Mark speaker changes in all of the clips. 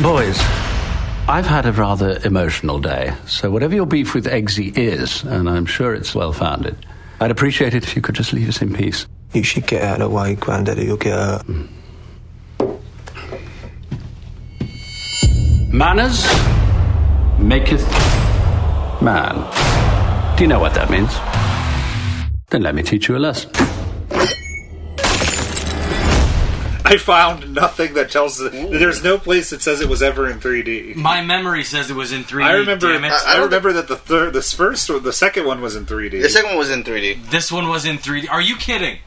Speaker 1: Boys, I've had a rather emotional day, so whatever your beef with Eggsy is, and I'm sure it's well founded, I'd appreciate it if you could just leave us in peace.
Speaker 2: You should get out of the way, Granddaddy. You'll get hurt.
Speaker 1: Manners maketh man. Do you know what that means? Then let me teach you a lesson.
Speaker 3: I found nothing that tells. There's no place that says it was ever in 3D.
Speaker 4: My memory says it was in 3D.
Speaker 3: I remember.
Speaker 4: Damn it.
Speaker 3: I, I remember that the third, this first or the second one was in 3D.
Speaker 5: The second one was in 3D.
Speaker 4: this one was in 3D. Are you kidding?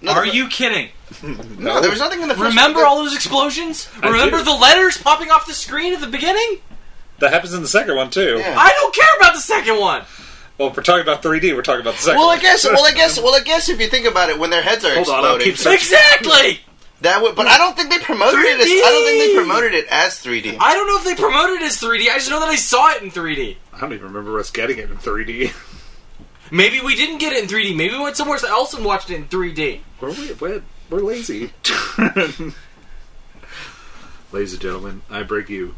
Speaker 5: No,
Speaker 4: Are
Speaker 5: the-
Speaker 4: you kidding?
Speaker 5: No, there was nothing in the first.
Speaker 4: Remember
Speaker 5: one.
Speaker 4: all those explosions?
Speaker 3: I
Speaker 4: Remember
Speaker 3: do.
Speaker 4: the letters popping off the screen at the beginning?
Speaker 3: that happens in the second one too.
Speaker 5: Yeah.
Speaker 4: I don't care about the second one.
Speaker 3: Well, if we're talking about 3D. We're talking about the second.
Speaker 5: Well,
Speaker 3: one.
Speaker 5: I guess. Well, I guess. Well, I guess if you think about it, when their heads are
Speaker 3: Hold on, I'll
Speaker 5: exploding,
Speaker 3: keep searching.
Speaker 4: Exactly.
Speaker 5: that would. But I don't think they promoted it. As, I don't think they promoted it as 3D.
Speaker 4: I don't know if they promoted it as 3D. I just know that I saw it in 3D.
Speaker 3: I don't even remember us getting it in 3D.
Speaker 4: Maybe we didn't get it in 3D. Maybe we went somewhere else and watched it in 3D.
Speaker 3: We're we- we're, we're lazy. Ladies and gentlemen, I bring you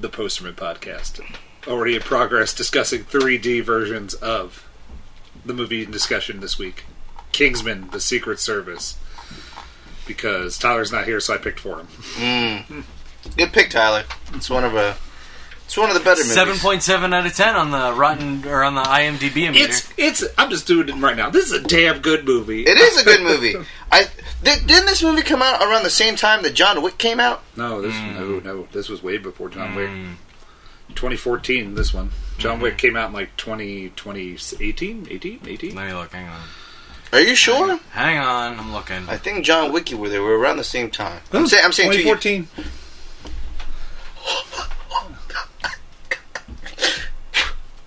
Speaker 3: the Posterman podcast. Already in progress discussing 3D versions of the movie in discussion this week Kingsman, The Secret Service. Because Tyler's not here, so I picked for him.
Speaker 5: Good pick, Tyler. It's one of a. It's one of the better movies.
Speaker 4: 7.7 out of 10 on the Rotten or on the IMDb meter.
Speaker 3: It's, it's, I'm just doing it right now. This is a damn good movie.
Speaker 5: It is a good movie. I th- didn't this movie come out around the same time that John Wick came out.
Speaker 3: No, this no, no. This was way before John Wick. 2014, this one. John Wick came out in like 20, 2018, 18, 18?
Speaker 4: Let me look. Hang on.
Speaker 5: Are you sure?
Speaker 4: Hang on. I'm looking.
Speaker 5: I think John Wick were there. We're around the same time. I'm saying. I'm saying two years.
Speaker 3: 2014.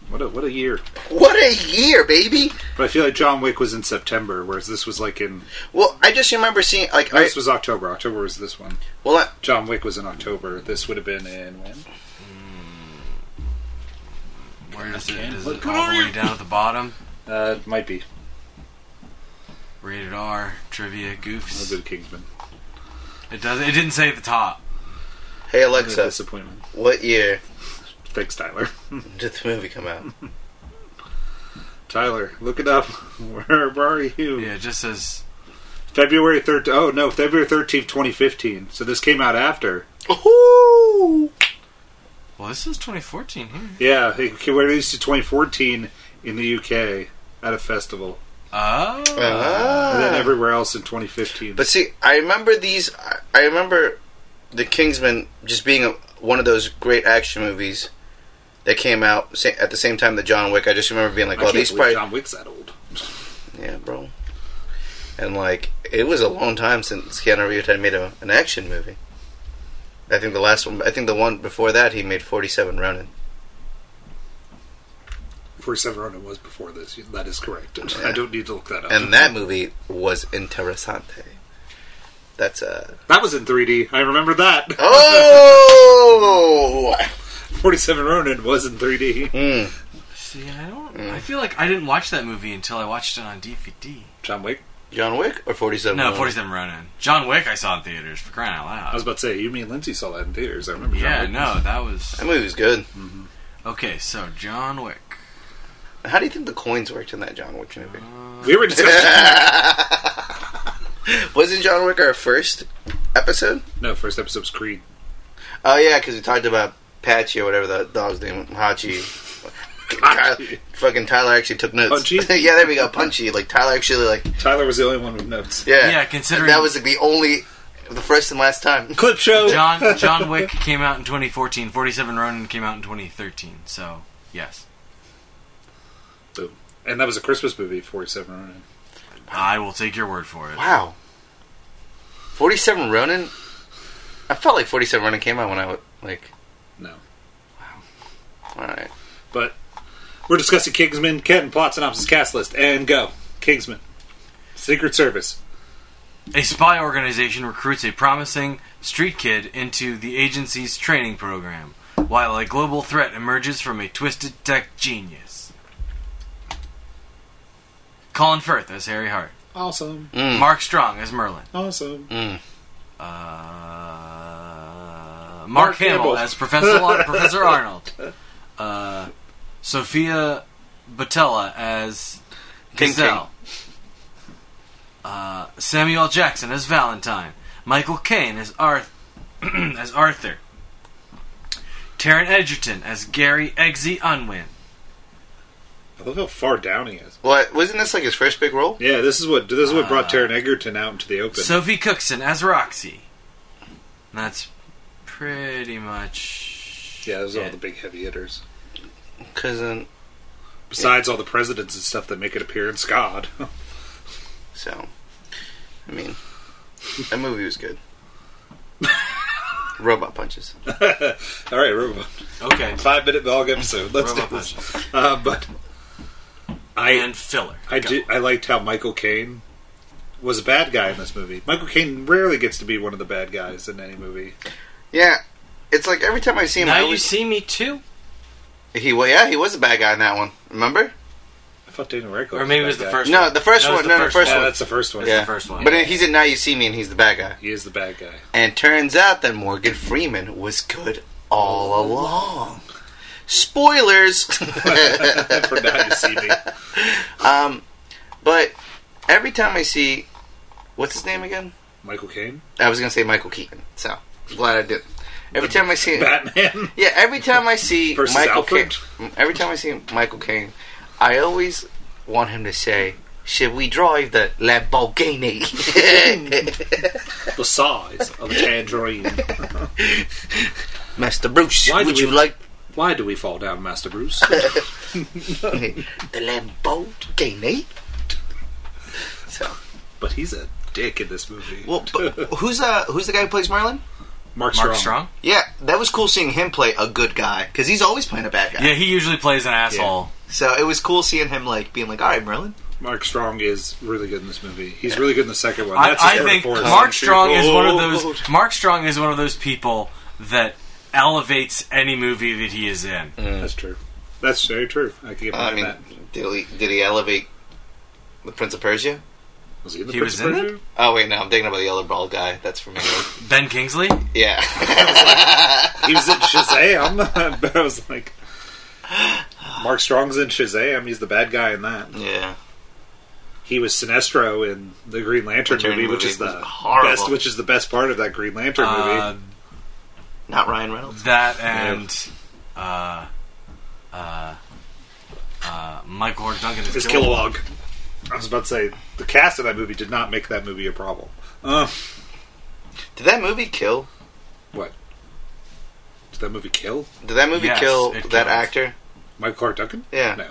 Speaker 3: what a what a year!
Speaker 5: What a year, baby!
Speaker 3: But I feel like John Wick was in September, whereas this was like in
Speaker 5: Well, I just remember seeing like.
Speaker 3: no,
Speaker 5: I,
Speaker 3: this was October. October was this one.
Speaker 5: well, I,
Speaker 3: John Wick was in October. This would have been in when?
Speaker 4: Where is it? Is
Speaker 3: look.
Speaker 4: it all the way down at the bottom?
Speaker 3: Uh, it might be.
Speaker 4: Rated R, trivia,
Speaker 3: I'll
Speaker 4: goofs.
Speaker 3: go to Kingsman.
Speaker 4: It does. It didn't say at the top.
Speaker 5: hey
Speaker 3: A
Speaker 5: Alexa,
Speaker 3: disappointment.
Speaker 5: what year
Speaker 3: Thanks, Tyler.
Speaker 5: did the movie come out?
Speaker 3: Tyler, look it up. Where, where are you?
Speaker 4: Yeah, it just says.
Speaker 3: February 13th. Oh, no, February 13th, 2015. So this came out after.
Speaker 5: Ooh.
Speaker 4: Well, this is 2014 here.
Speaker 3: Yeah, it came released in 2014 in the UK at a festival.
Speaker 4: Oh.
Speaker 3: Uh, And then
Speaker 5: Ah.
Speaker 3: everywhere else in 2015.
Speaker 5: But see, I remember these. I- I remember the Kingsman just being a, one of those great action movies that came out sa- at the same time that John Wick. I just remember being like,
Speaker 3: I
Speaker 5: "Well,
Speaker 3: can't
Speaker 5: these
Speaker 3: believe
Speaker 5: probably
Speaker 3: John Wick's that old.
Speaker 5: yeah, bro." And like, it was a long time since Keanu Reeves had made a, an action movie. I think the last one. I think the one before that he made Forty Seven Ronin.
Speaker 3: 47 Ronin was before this. That is correct. I don't need to look that up.
Speaker 5: and that movie was interessante. That's a
Speaker 3: that was in 3D. I remember that.
Speaker 5: oh.
Speaker 3: 47 Ronin was in 3D.
Speaker 5: Mm.
Speaker 4: See, I don't.
Speaker 3: Mm.
Speaker 4: I feel like I didn't watch that movie until I watched it on DVD.
Speaker 3: John Wick?
Speaker 5: John Wick or Forty Seven?
Speaker 4: No, 47 Ronin. John Wick, I saw in theaters for crying out
Speaker 3: I
Speaker 4: loud.
Speaker 3: was about to say, you mean Lindsay saw that in theaters. I remember John
Speaker 4: Yeah,
Speaker 3: Wick.
Speaker 4: no, that was
Speaker 5: That movie was good.
Speaker 4: okay. So John Wick.
Speaker 5: How do you think the coins worked in that John Wick movie?
Speaker 3: We were discussing.
Speaker 5: Wasn't John Wick our first episode?
Speaker 3: no, first episode's Creed.
Speaker 5: Oh yeah, because we talked about Patchy or whatever the dog's name, Hachi. Tyler,
Speaker 3: Hachi.
Speaker 5: fucking Tyler actually took notes.
Speaker 3: Punchy?
Speaker 5: yeah, there we go. Punchy. Like Tyler actually like
Speaker 3: Tyler was the only one with notes.
Speaker 5: yeah.
Speaker 4: Yeah, considering-
Speaker 5: that was like the only, the first and last time.
Speaker 3: Clip show!
Speaker 4: John John Wick came out in 2014. 47 Ronin came out in 2013. So yes,
Speaker 3: And that was a Christmas movie, 47 Ronin.
Speaker 4: I will take your word for it.
Speaker 5: Wow. 47 Ronin? I felt like 47 Ronin came out when I was like,
Speaker 3: No.
Speaker 5: alright.
Speaker 3: But we're discussing Kingsman, Ken, plot synopsis, cast list, and go. Kingsman, Secret Service.
Speaker 4: A spy organization recruits a promising street kid into the agency's training program, while a global threat emerges from a twisted tech genius. Colin Firth as Harry Hart.
Speaker 3: Awesome,
Speaker 5: Mm.
Speaker 4: Mark Strong as Merlin.
Speaker 3: awesome.
Speaker 5: Mm.
Speaker 4: Uh, Mark,
Speaker 3: Mark
Speaker 4: Hamill
Speaker 3: Hamill.
Speaker 4: as Professor Lo- Professor Arnold, uh, Sophia Botella as
Speaker 5: King
Speaker 4: Gazelle, uh, Samuel Jackson as Valentine, Michael Caine as Arth- as Arthur, Taryn Edgerton as Gary Eggsy Unwin.
Speaker 3: I love how far down he is.
Speaker 5: Well, wasn't this like his first big role?
Speaker 3: Yeah, this is what this is what brought
Speaker 4: Ah.
Speaker 3: Taron Egerton out into the open.
Speaker 4: Sophie Cookson as Roxy. And that's pretty much.
Speaker 3: yeah, those are all
Speaker 4: it.
Speaker 3: the big heavy hitters.
Speaker 5: Cousin.
Speaker 3: Besides all the presidents and stuff that make an appearance, God.
Speaker 5: So, I mean, that movie was good. Robot punches.
Speaker 3: all right, robot.
Speaker 4: Okay.
Speaker 3: Five minute vlog episode. Let's
Speaker 4: Robot
Speaker 3: do this. Uh, but I
Speaker 4: And filler.
Speaker 3: I
Speaker 4: Go.
Speaker 3: did. I liked how Michael Caine was a bad guy in this movie. Michael Caine rarely gets to be one of the bad guys in any movie.
Speaker 5: Yeah, it's like every time I see him, I
Speaker 4: Now you
Speaker 5: always-
Speaker 4: see me too?
Speaker 5: he well, yeah, he was a bad guy in that one. Remember?
Speaker 3: I thought Daniel Radcliffe.
Speaker 4: Or maybe it
Speaker 3: was
Speaker 4: was
Speaker 3: a bad
Speaker 4: the
Speaker 3: guy.
Speaker 4: first
Speaker 5: No,
Speaker 4: one.
Speaker 5: the first
Speaker 4: That was
Speaker 5: one. No, no, first
Speaker 3: Yeah,
Speaker 5: one.
Speaker 3: that's the first one.
Speaker 5: yeah,
Speaker 4: the first one.
Speaker 5: But then he's in Now You See Me, and he's the bad guy.
Speaker 3: He is the bad guy.
Speaker 5: And turns out that Morgan Freeman was good all along. Spoilers.
Speaker 3: For now, you see me.
Speaker 5: um, but every time I see, what's his name again?
Speaker 3: Michael Caine,
Speaker 5: I was gonna say Michael Keaton. So I'm glad I did. Every time I see,
Speaker 3: Batman.
Speaker 5: yeah, every time I see
Speaker 3: Versus
Speaker 5: Michael
Speaker 3: Alfred?
Speaker 5: Caine, mm, every time I see Michael Caine, I always want him to say, "Should we drive the Lamborghini,
Speaker 3: the size of a tangerine.
Speaker 5: Master Bruce?
Speaker 3: Why do
Speaker 5: would
Speaker 3: we-
Speaker 5: you like
Speaker 3: Why do we fall down, Master Bruce?
Speaker 5: the Lamborghini?" eh? So,
Speaker 3: but he's a dick in this movie.
Speaker 5: well, but who's uh, who's the guy who plays Merlin?
Speaker 3: Mark Strong.
Speaker 4: Mark Strong?
Speaker 5: Yeah, that was cool seeing him play a good guy because he's always playing a bad guy.
Speaker 4: Yeah, he usually plays an asshole.
Speaker 5: So it was cool seeing him like being like, "All right, Merlin."
Speaker 3: Mark Strong is really good in this movie. He's really good in the second one.
Speaker 4: I,
Speaker 3: That's
Speaker 4: I
Speaker 3: his
Speaker 4: think
Speaker 3: performance.
Speaker 4: Mark Strong is one of
Speaker 5: Oh.
Speaker 4: those. Mark Strong is one of those people that elevates any movie that he is in.
Speaker 3: That's true. That's very true. I can get
Speaker 5: I
Speaker 3: behind
Speaker 5: mean,
Speaker 3: that.
Speaker 5: did he did he elevate the Prince of Persia?
Speaker 3: Was he in the
Speaker 4: he
Speaker 3: Prince
Speaker 4: was
Speaker 3: of
Speaker 4: in
Speaker 3: Persia?
Speaker 5: Oh wait, no, I'm thinking about the other bald guy. That's from England.
Speaker 3: Mm.
Speaker 4: Ben Kingsley?
Speaker 5: yeah,
Speaker 3: He was in Shazam. but I was like, Mark Strong's in Shazam. He's the bad guy in that.
Speaker 5: yeah.
Speaker 3: He was Sinestro in the Green Lantern
Speaker 5: Return
Speaker 3: movie, which
Speaker 5: movie
Speaker 3: is the
Speaker 5: was horrible.
Speaker 3: best. Which is the best part of that Green Lantern
Speaker 4: Uh,
Speaker 3: movie.
Speaker 5: Not Ryan Reynolds.
Speaker 4: that and. Uh, uh, uh, Michael Hort Duncan is
Speaker 3: Is
Speaker 4: Kilowog.
Speaker 3: Kilowog. I was about to say the cast of that movie did not make that movie a problem. Uh,
Speaker 5: Did that movie kill?
Speaker 3: what? Did that movie kill
Speaker 5: Did that movie
Speaker 4: Yes,
Speaker 5: kill
Speaker 4: it
Speaker 5: that
Speaker 4: killed.
Speaker 5: actor?
Speaker 3: Michael Clark Duncan?
Speaker 5: Yeah.
Speaker 3: No,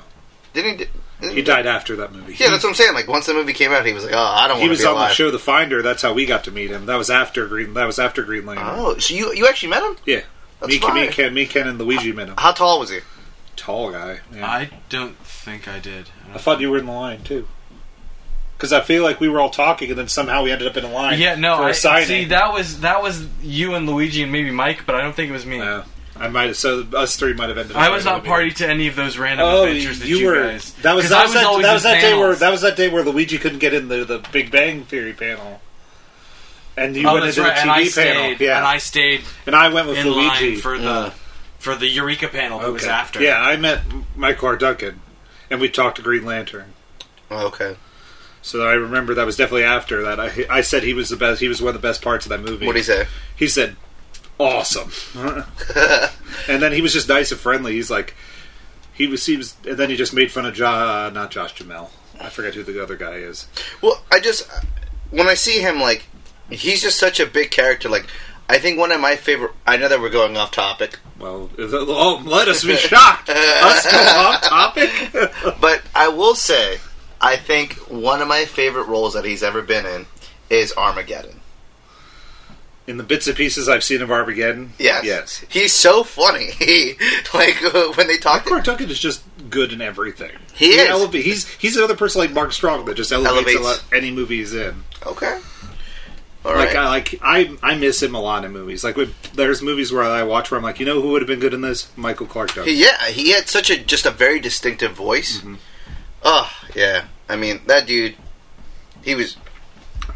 Speaker 5: Didn't he? Didn't,
Speaker 3: he died after that movie.
Speaker 5: yeah, that's what I'm saying. Like once the movie came out, he was like, "Oh, I don't
Speaker 3: he
Speaker 5: want to
Speaker 3: was
Speaker 5: be
Speaker 3: on
Speaker 5: alive."
Speaker 3: the show The Finder. That's how we got to meet him. That was after Green. That was after Green Lantern.
Speaker 5: Oh, so you you actually met him?
Speaker 3: yeah,
Speaker 5: That's
Speaker 3: me,
Speaker 5: fine.
Speaker 3: me, Ken, me, Ken, and Luigi met him.
Speaker 5: How tall was he?
Speaker 3: Tall guy. Yeah.
Speaker 4: I don't think I did. I
Speaker 3: I
Speaker 4: don't-
Speaker 3: thought you were in the line too. Because I feel like we were all talking, and then somehow we ended up in a line.
Speaker 4: Yeah, no.
Speaker 3: for a
Speaker 4: I,
Speaker 3: signing.
Speaker 4: see, that was that was you and Luigi and maybe Mike, but I don't think it was me.
Speaker 3: Yeah. I might have. So us three might have ended. up
Speaker 4: I was
Speaker 3: in the
Speaker 4: not
Speaker 3: movie.
Speaker 4: party to any of those random
Speaker 3: Oh,
Speaker 4: adventures that
Speaker 3: you,
Speaker 4: you,
Speaker 3: were.
Speaker 4: guys.
Speaker 3: That was
Speaker 4: 'Cause
Speaker 3: that
Speaker 4: I
Speaker 3: was, that,
Speaker 4: always
Speaker 3: that was
Speaker 4: in
Speaker 3: that day where
Speaker 4: panels.
Speaker 3: that was that day where Luigi couldn't get in the, the Big Bang Theory panel, and you
Speaker 4: oh,
Speaker 3: went
Speaker 4: that's
Speaker 3: into
Speaker 4: right.
Speaker 3: the TV
Speaker 4: and I
Speaker 3: panel.
Speaker 4: stayed.
Speaker 3: yeah,
Speaker 4: And I stayed
Speaker 3: And I went with
Speaker 4: in
Speaker 3: Luigi
Speaker 4: line for the for the Eureka panel that was
Speaker 3: Okay.
Speaker 4: after.
Speaker 3: Yeah, I met Michael R. Duncan, and we talked to Green Lantern.
Speaker 5: Oh, okay.
Speaker 3: So I remember that was definitely after that. I I said he was the best. He was one of the best parts of that movie.
Speaker 5: What would he say?
Speaker 3: He said, "Awesome," and then he was just nice and friendly. He's like, he was he was, and then he just made fun of jo- uh, not Josh Jamel. I forget who the other guy is.
Speaker 5: Well, I just when I see him, like he's just such a big character. Like I think one of my favorite. I know that we're going off topic,
Speaker 3: Well, is that- oh, let us be shocked. us go off topic.
Speaker 5: But I will say, I think one of my favorite roles that he's ever been in is Armageddon.
Speaker 3: In the bits and pieces I've seen of Armageddon,
Speaker 5: Yes,
Speaker 3: yes.
Speaker 5: he's so funny. He like when they talk,
Speaker 3: Clark Duncan is just good in everything.
Speaker 5: he is
Speaker 3: eleva- he's he's another person like Mark Strong that just elevates,
Speaker 5: Elevates.
Speaker 3: A lot, any movie he's in.
Speaker 5: okay. All
Speaker 3: like
Speaker 5: right,
Speaker 3: I like I I miss him a lot in movies. Like when, there's movies where I watch where I'm like, you know who would have been good in this? Michael Clark Duncan.
Speaker 5: He- yeah, he had such a just a very distinctive voice.
Speaker 3: Mm-hmm.
Speaker 5: Oh yeah, I mean that dude, he was.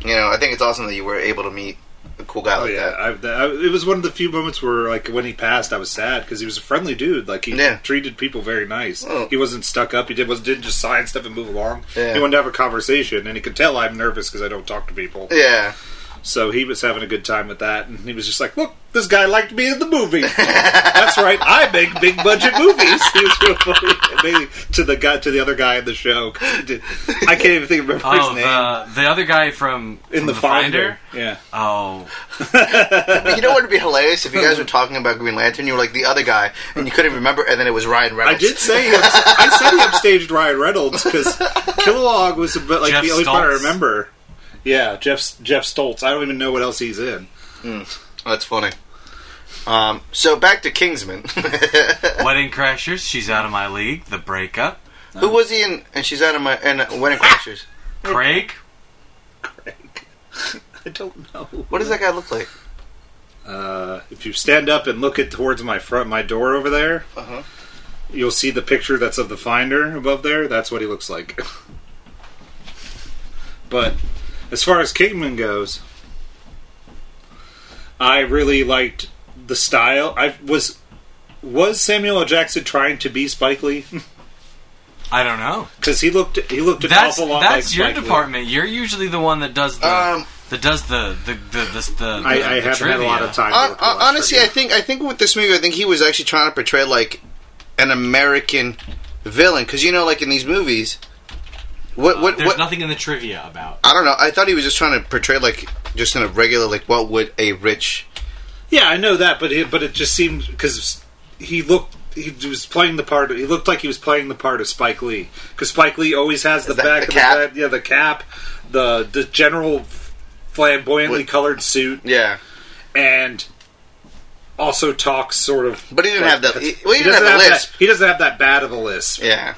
Speaker 5: You know, I think it's awesome that you were able to meet a cool guy
Speaker 3: Oh
Speaker 5: like
Speaker 3: yeah,
Speaker 5: that.
Speaker 3: I, that, I, it was one of the few moments where, like, when he passed, I was sad because he was a friendly dude. Like, he
Speaker 5: Yeah.
Speaker 3: treated people very nice.
Speaker 5: Oh.
Speaker 3: He wasn't stuck up. He did was didn't just sign stuff and move along.
Speaker 5: Yeah.
Speaker 3: He wanted to have a conversation, and he could tell I'm nervous because I don't talk to people.
Speaker 5: Yeah,
Speaker 3: So he was having a good time with that, and he was just like, "Look, this guy liked me in the movie. That's right, I make big budget movies." He was real funny And they- to the guy to the other guy in the show. 'cause he did- I can't even think remember his
Speaker 4: Oh,
Speaker 3: name
Speaker 4: the, the other guy from,
Speaker 3: in
Speaker 4: from
Speaker 3: the, finder. Yeah.
Speaker 4: Oh,
Speaker 5: but you know what would be hilarious if you guys were talking about Green Lantern, you were like the other guy, and you couldn't remember, and then it was Ryan
Speaker 3: I
Speaker 5: Reynolds.
Speaker 3: did say he ups- I said he upstaged Ryan Reynolds because Kilowog was about, like
Speaker 4: Jeff
Speaker 3: the only part I
Speaker 4: Stoltz.
Speaker 3: remember. Yeah, Jeff Jeff Stoltz. I don't even know what else he's in.
Speaker 5: That's funny. Um, so back to Kingsman.
Speaker 4: Wedding Crashers, She's Out of My League, The Breakup,
Speaker 5: Who was he in? And she's out of my and uh, Wedding Crashers.
Speaker 4: Craig.
Speaker 3: I don't know.
Speaker 5: What does that guy look like?
Speaker 3: Uh, if you stand up and look at towards my front my door over there,
Speaker 5: Uh-huh.
Speaker 3: you'll see the picture that's of the finder above there. That's what he looks like. but as far as Kingman goes, I really liked the style. I was was Samuel L. Jackson trying to be Spike Lee?
Speaker 4: I don't know.
Speaker 3: Because he looked he looked an
Speaker 4: That's
Speaker 3: awful lot
Speaker 4: that's
Speaker 3: like
Speaker 4: your
Speaker 3: Spike Lee.
Speaker 4: department. You're usually the one that does the
Speaker 5: Um,
Speaker 4: that does the the the the. the, the
Speaker 3: I, I haven't had a lot of time.
Speaker 5: Hon-
Speaker 3: to look at
Speaker 5: hon-
Speaker 3: much
Speaker 5: honestly,
Speaker 3: for
Speaker 5: I
Speaker 3: you.
Speaker 5: think I think with this movie, I think he was actually trying to portray like an American villain because you know, like in these movies, what what
Speaker 4: There's
Speaker 5: what?
Speaker 4: nothing in the trivia about.
Speaker 5: I don't know. I thought he was just trying to portray like just in a regular like what would a rich
Speaker 3: yeah, I know that, but it, but it just seemed because he looked. He was playing the part. He looked like he was playing the part of Spike Lee because Spike Lee always has the
Speaker 5: Is that
Speaker 3: back
Speaker 5: the
Speaker 3: of
Speaker 5: cap?
Speaker 3: the head, yeah, the cap, the the general flamboyantly
Speaker 5: What-
Speaker 3: colored suit,
Speaker 5: yeah.
Speaker 3: and also talks sort of.
Speaker 5: But he didn't
Speaker 3: like-
Speaker 5: have that. He, well, he, didn't have the lisp.
Speaker 3: that. He doesn't have that bad of a lisp.
Speaker 5: Yeah.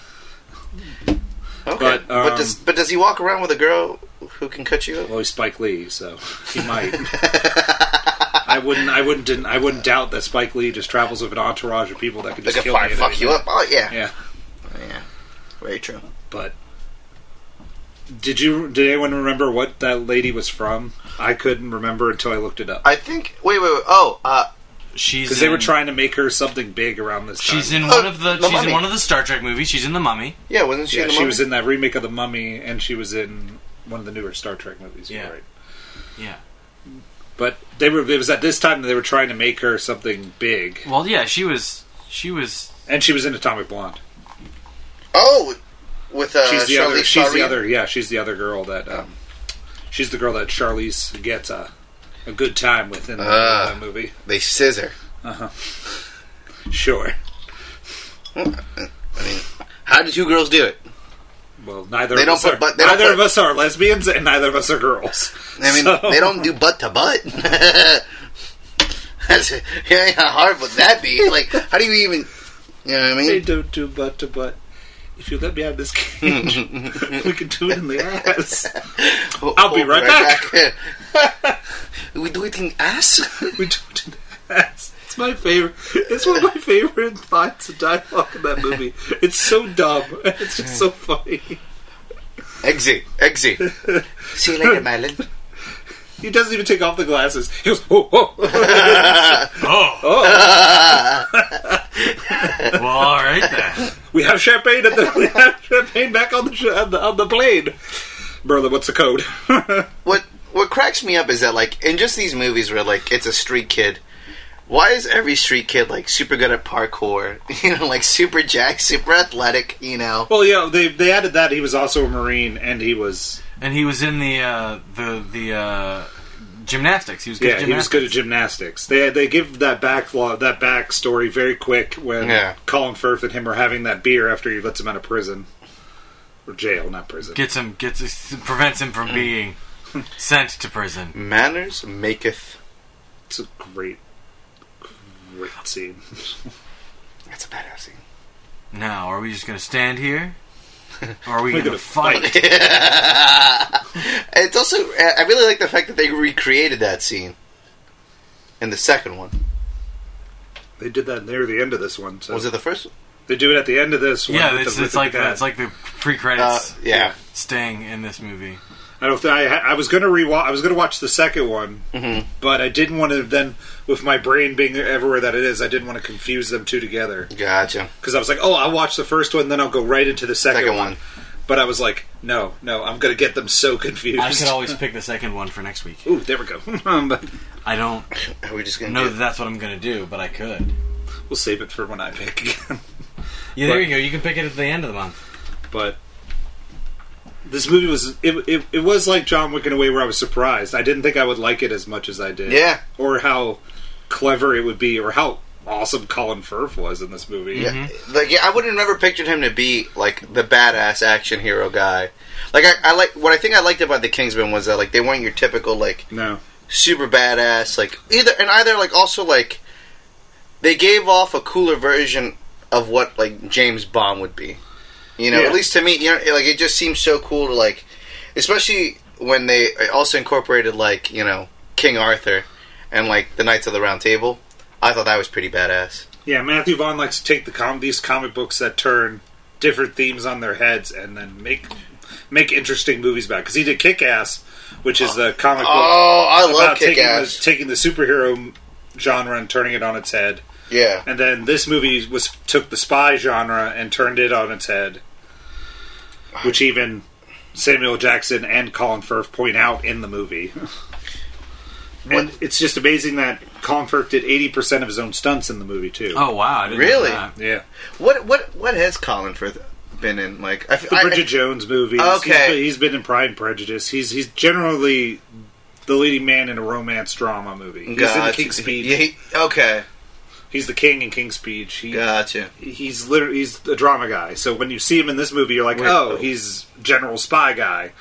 Speaker 5: Okay. But,
Speaker 3: But,
Speaker 5: does
Speaker 3: um,
Speaker 5: but does he walk around with a girl who can cut you? up?
Speaker 3: Well, he's Spike Lee, so he might. I wouldn't. I wouldn't. didn't- I wouldn't doubt that Spike Lee just travels with an entourage of people that could
Speaker 5: Like
Speaker 3: just
Speaker 5: a
Speaker 3: kill me.
Speaker 5: fire
Speaker 3: at
Speaker 5: fuck
Speaker 3: any
Speaker 5: you
Speaker 3: minute.
Speaker 5: up? Oh yeah.
Speaker 3: Yeah,
Speaker 5: yeah. Very true.
Speaker 3: but did you? Did anyone remember what that lady was from? I couldn't remember until I looked it up
Speaker 5: I think. Wait, wait, wait. Oh, uh,
Speaker 4: She's
Speaker 3: because they were
Speaker 4: in-
Speaker 3: trying to make her something big around this time.
Speaker 4: She's in
Speaker 5: Oh,
Speaker 4: one of Uh, the,
Speaker 5: The
Speaker 4: she's in
Speaker 5: Mummy.
Speaker 4: one of the Star Trek movies. She's in the Mummy.
Speaker 5: yeah. Wasn't she?
Speaker 3: yeah,
Speaker 5: in the
Speaker 3: she
Speaker 5: movie?
Speaker 3: was in that remake of the Mummy, and she was in one of the newer Star Trek movies. you're
Speaker 4: Yeah.
Speaker 3: right.
Speaker 4: Yeah.
Speaker 3: But they were. It was at this time that they were trying to make her something big,
Speaker 4: Well, yeah, she was she was
Speaker 3: and she was in Atomic Blonde.
Speaker 5: Oh, with uh,
Speaker 3: she's the
Speaker 5: Charlize
Speaker 3: other. She's
Speaker 5: Theron.
Speaker 3: the other. Yeah, she's the other girl that. Um, she's the girl that Charlize gets a, a good time with in the,
Speaker 5: Ah.
Speaker 3: that movie.
Speaker 5: They scissor.
Speaker 3: Sure.
Speaker 5: I mean, how do two girls do it?
Speaker 3: Well, neither
Speaker 5: They
Speaker 3: of
Speaker 5: don't
Speaker 3: us
Speaker 5: put
Speaker 3: are,
Speaker 5: butt- they don't
Speaker 3: neither of
Speaker 5: put-
Speaker 3: us are lesbians, and neither of us are girls.
Speaker 5: I mean,
Speaker 3: So-
Speaker 5: they don't do butt to butt. That's yeah, how hard would that be? Like, how do you even? You know what I
Speaker 3: They
Speaker 5: mean?
Speaker 3: don't do butt to butt. If you let me out of this cage, we can do it in the ass. I'll be right
Speaker 5: back. we do it in ass.
Speaker 3: We do it in the ass. It's my favorite. It's one of my favorite lines of dialogue in that movie. It's so dumb. It's just so funny.
Speaker 5: Exit. Exit. See you later, Madeline.
Speaker 3: He doesn't even take off the glasses. He goes, oh, whoa, whoa.
Speaker 4: Oh,
Speaker 3: Oh.
Speaker 4: well, all right then.
Speaker 3: We have champagne at the we have champagne back on the sh- on the, on the plane. Merlin, what's the code?
Speaker 5: what what cracks me up is that like in just these movies where like it's a street kid why is every street kid like super good at parkour you know like super jack super athletic you know
Speaker 3: well, yeah, they they added that he was also a marine and he was
Speaker 4: And he was in the uh, the the uh, gymnastics. He was good.
Speaker 3: yeah
Speaker 4: at
Speaker 3: he was
Speaker 4: gymnastics.
Speaker 3: good at gymnastics. They they give that back that backstory very quick when
Speaker 5: Yeah.
Speaker 3: Colin Firth and him are having that beer after he lets him out of prison or jail, not prison.
Speaker 4: Gets him gets prevents him from being sent to prison.
Speaker 5: manners maketh
Speaker 3: it's a great great scene.
Speaker 5: that's a badass scene
Speaker 4: Now, are we just gonna stand here? Or are we
Speaker 3: We're
Speaker 4: gonna,
Speaker 3: gonna
Speaker 4: fight?
Speaker 3: fight.
Speaker 5: it's also i I really like the fact that they recreated that scene in the second one
Speaker 3: They did that near the end of this one. So
Speaker 5: was it the first one
Speaker 3: they do it at the end of this one.
Speaker 4: Yeah,
Speaker 3: with
Speaker 4: it's,
Speaker 3: the- with
Speaker 4: it's like
Speaker 3: the
Speaker 4: the,
Speaker 3: dad.
Speaker 4: it's like the
Speaker 5: uh,
Speaker 4: pre-credits
Speaker 5: yeah
Speaker 4: sting in this movie.
Speaker 3: I don't. Th- I I was gonna rewatch. I was gonna watch the second one,
Speaker 5: Mm-hmm.
Speaker 3: but I didn't want to. Then, with my brain being everywhere that it is, I didn't want to confuse them two together
Speaker 5: Gotcha.
Speaker 3: because I was like, "Oh, I'll watch the first one, then I'll go right into the second,
Speaker 5: Second
Speaker 3: one.
Speaker 5: one.
Speaker 3: But I was like, "No, no, I'm gonna get them so confused."
Speaker 4: I could always pick the second one for next week.
Speaker 3: Ooh, there we go. Um, but
Speaker 4: I don't
Speaker 5: Are we just gonna
Speaker 4: know
Speaker 5: do
Speaker 4: that that's what I'm going to do, but I could.
Speaker 3: we'll save it for when I pick again.
Speaker 4: Yeah, there
Speaker 3: But-
Speaker 4: you go. You can pick it at the end of the month.
Speaker 3: but this movie was it, it, it was like John Wick in a way where I was surprised. I didn't think I would like it as much as I did.
Speaker 5: Yeah.
Speaker 3: Or how clever it would be, or how awesome Colin Firth was in this movie.
Speaker 5: Yeah,
Speaker 3: Mm-hmm.
Speaker 5: like yeah, I would have never pictured him to be like the badass action hero guy. Like I, I like what I think I liked about the Kingsmen was that like they weren't your typical like
Speaker 3: No.
Speaker 5: super badass like either and either like also like they gave off a cooler version of what like James Bond would be. You know,
Speaker 3: Yeah.
Speaker 5: at least to me, you know, it- like it just seems so cool to like, especially when they also incorporated like you know King Arthur and like the Knights of the Round Table. I thought that was pretty badass.
Speaker 3: Yeah, Matthew Vaughn likes to take the com- these comic books that turn different themes on their heads and then make make interesting movies about. Because he did Kick Ass, which is the comic book
Speaker 5: Oh, I love
Speaker 3: about
Speaker 5: Kick
Speaker 3: taking the,
Speaker 5: Ass.
Speaker 3: taking the superhero genre and turning it on its head.
Speaker 5: Yeah.
Speaker 3: And then this movie was took the spy genre and turned it on its head, which even Samuel Jackson and Colin Firth point out in the movie. And it's just amazing that Colin Firth did eighty percent of his own stunts in the movie too.
Speaker 4: Oh, wow. I didn't know
Speaker 5: Really?
Speaker 4: that.
Speaker 3: yeah,
Speaker 5: What what what has Colin Firth been in? Like I,
Speaker 3: the
Speaker 5: I-
Speaker 3: Bridget Jones movies.
Speaker 5: Okay.
Speaker 3: He's been- he's been in Pride and Prejudice. He's he's generally the leading man in a romance drama movie. He's in the
Speaker 5: Gotcha.
Speaker 3: King's Speech.
Speaker 5: Yeah, he- okay,
Speaker 3: He's the king in King's Speech. He,
Speaker 5: gotcha.
Speaker 3: he's literally he's a drama guy. So when you see him in this movie, you're like,
Speaker 5: Right.
Speaker 3: oh, he's general spy guy.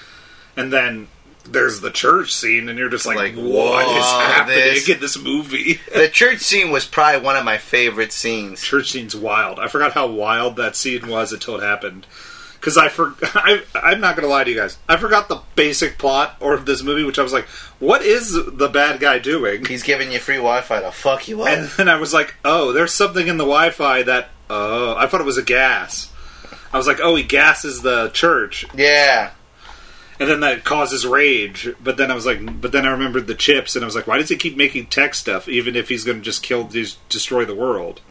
Speaker 3: And then there's the church scene, and you're just like,
Speaker 5: Like,
Speaker 3: what is
Speaker 5: whoa,
Speaker 3: happening
Speaker 5: this-
Speaker 3: in this movie?
Speaker 5: The church scene was probably one of my favorite scenes.
Speaker 3: church scene's wild. I forgot how wild that scene was until it happened. Because I for I, I'm not gonna lie to you guys, I forgot the basic plot or of this movie, which I was like, what is the bad guy doing?
Speaker 5: He's giving you free Wi-Fi to fuck you
Speaker 3: And
Speaker 5: up.
Speaker 3: then I was like, oh, there's something in the Wi-Fi that oh, I thought it was a gas. I was like, oh, he gasses the church,
Speaker 5: Yeah,
Speaker 3: and then that causes rage. But then I was like, but then I remembered the chips, and I was like, why does he keep making tech stuff, even if he's going to just kill, these, destroy the world?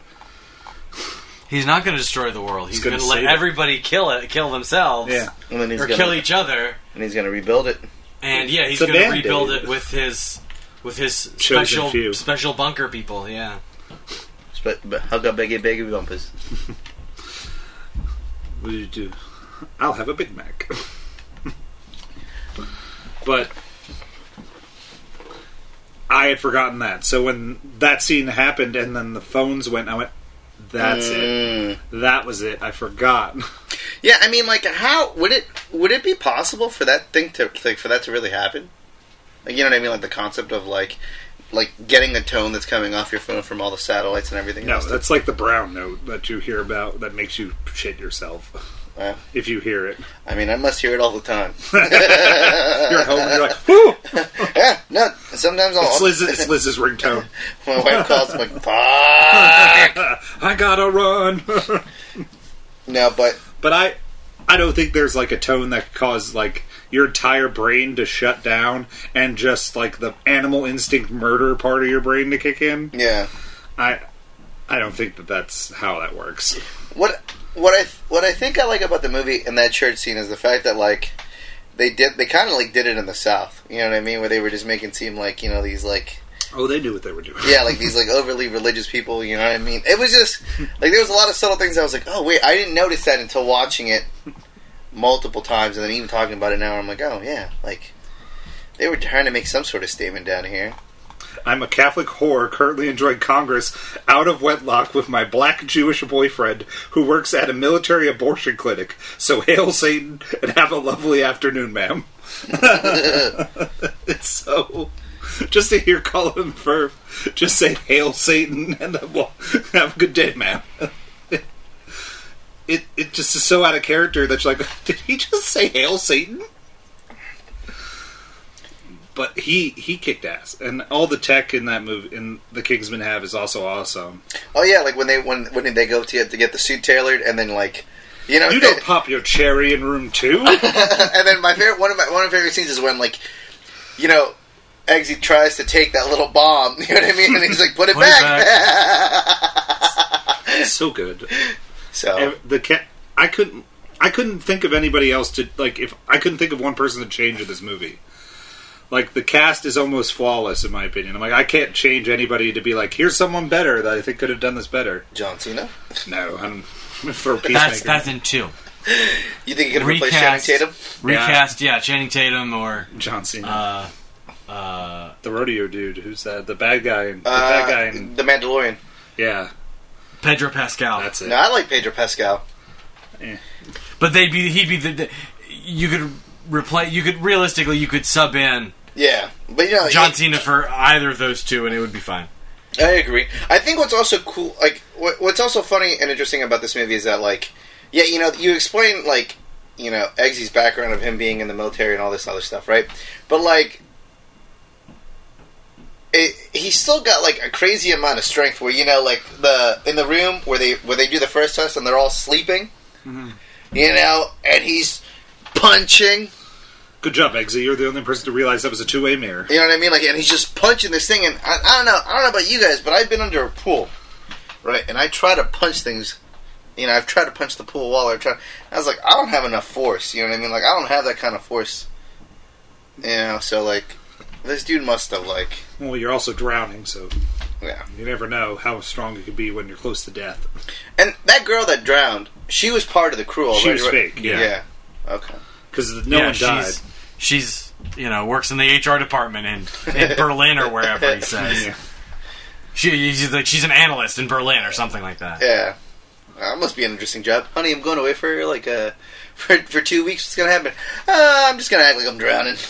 Speaker 4: He's not going to destroy the world. He's,
Speaker 3: He's gonna
Speaker 4: going to let
Speaker 3: save it.
Speaker 4: everybody kill it, kill themselves,
Speaker 3: Yeah.
Speaker 5: and then he's
Speaker 4: or
Speaker 5: gonna
Speaker 4: kill each other.
Speaker 5: and he's gonna rebuild it.
Speaker 4: And yeah, he's
Speaker 3: It's a
Speaker 4: going to
Speaker 3: Band-Aid.
Speaker 4: rebuild it with his with his
Speaker 3: Chosen
Speaker 4: special
Speaker 3: few.
Speaker 4: special bunker people. Yeah,
Speaker 5: But, but hug up biggie biggie bumpers.
Speaker 3: What do you do? I'll have a Big Mac. but I had forgotten that. So when that scene happened, and then the phones went, I went, that's it.
Speaker 5: Mm.
Speaker 3: That was it. I forgot.
Speaker 5: Yeah, I mean, like, how would it would it be possible for that thing to like for that to really happen? Like, you know what I mean? Like the concept of like like getting a tone that's coming off your phone from all the satellites and everything.
Speaker 3: No,
Speaker 5: else.
Speaker 3: that's like the brown note that you hear about that makes you shit yourself
Speaker 5: Wow.
Speaker 3: if you hear it.
Speaker 5: I mean, I must hear it all the time. Uh,
Speaker 3: You're at home and you're like, whoo!
Speaker 5: Yeah, no. Sometimes I'll.
Speaker 3: It's, Liz, it's Liz's ringtone.
Speaker 5: my wife calls like, uh, "Fuck."
Speaker 3: I gotta run!
Speaker 5: No, but
Speaker 3: but I, I don't think there's like a tone that could cause like your entire brain to shut down and just like the animal instinct murder part of your brain to kick in.
Speaker 5: yeah,
Speaker 3: I, I don't think that that's how that works.
Speaker 5: what what I what I think I like about the movie and that church scene is the fact that like they did they kind of like did it in the South. You know what I mean? Where they were just making it seem like you know these like
Speaker 3: Oh, they knew what they were doing.
Speaker 5: yeah like these like overly religious people. You know what I mean? It was just like there was a lot of subtle things. I was like, oh wait, I didn't notice that until watching it multiple times and then even talking about it now. I'm like, oh yeah, like. They were trying to make some sort of statement down here.
Speaker 3: I'm a Catholic whore currently enjoying Congress out of wedlock with my black Jewish boyfriend who works at a military abortion clinic. So hail Satan and have a lovely afternoon, ma'am. it's so. Just to hear Colin Firth just say hail Satan and then, well, have a good day, ma'am. It, it just is so out of character that you're like, did he just say hail Satan? but he he kicked ass, and all the tech in that movie in the Kingsman have is also awesome.
Speaker 5: Oh yeah, like when they when when they go to get, to get the suit tailored, and then like You know,
Speaker 3: You don't pop your cherry in room two.
Speaker 5: and then my favorite one of my one of my favorite scenes is when like, you know, Eggsy tries to take that little bomb. You know what I mean? And he's like, "Put it,
Speaker 4: Put it
Speaker 5: back.
Speaker 3: so good.
Speaker 5: so
Speaker 3: Ev- The cat. I couldn't. I couldn't think of anybody else to like. If I couldn't think of one person to change in this movie, like the cast is almost flawless in my opinion. I'm like, I can't change anybody to be like, here's someone better that I think could have done this better.
Speaker 5: John Cena,
Speaker 3: No, I'm, I'm for peacemaker.
Speaker 4: That's that's in two.
Speaker 5: you think you could replace Channing
Speaker 4: Recast.
Speaker 5: Tatum?
Speaker 4: Recast, yeah, Channing Tatum or
Speaker 3: John Cena,
Speaker 4: uh, uh,
Speaker 3: the rodeo dude. Who's that? The bad guy. In, the
Speaker 5: Uh,
Speaker 3: bad guy. In,
Speaker 5: the Mandalorian.
Speaker 3: yeah,
Speaker 4: Pedro Pascal.
Speaker 3: that's it.
Speaker 5: No, I like Pedro Pascal.
Speaker 4: But they'd be he'd be the, the you could replace you could realistically you could sub in
Speaker 5: Yeah, but you
Speaker 3: Oh,
Speaker 5: know,
Speaker 4: John
Speaker 5: it-
Speaker 4: Cena for either of those two and it would be fine.
Speaker 5: I agree. I think what's also cool, like what, what's also funny and interesting about this movie is that, like, yeah, you know, you explain like, you know, Eggsy's background of him being in the military and all this other stuff, right? But like, it, he's still got like a crazy amount of strength. Where you know, like the in the room where they where they do the first test and they're all sleeping, you know, and he's punching
Speaker 3: Good job, Eggsy. You're the only person to realize that was a two way mirror.
Speaker 5: You know what I mean? Like, and he's just punching this thing, and I, I don't know, I don't know about you guys, but I've been under a pool, right? And I try to punch things. You know, I've tried to punch the pool wall. I've tried. I was like, I don't have enough force. You know what I mean? Like, I don't have that kind of force. You know, so like, this dude must have like,
Speaker 3: Well, you're also drowning, so
Speaker 5: yeah.
Speaker 3: you never know how strong it could be when you're close to death.
Speaker 5: And that girl that drowned, she was part of the crew. Already,
Speaker 3: She was
Speaker 5: right?
Speaker 3: fake, yeah.
Speaker 5: Yeah. Okay.
Speaker 3: Because no
Speaker 4: yeah,
Speaker 3: one died.
Speaker 4: she's she's you know works in the HR department in in Berlin or wherever he says.
Speaker 3: Yeah.
Speaker 4: She, she's like she's an analyst in Berlin or something like that.
Speaker 5: Yeah. That must be an interesting job, honey. I'm going away for like uh, for for two weeks. What's gonna happen? Uh, I'm just gonna act like I'm drowning.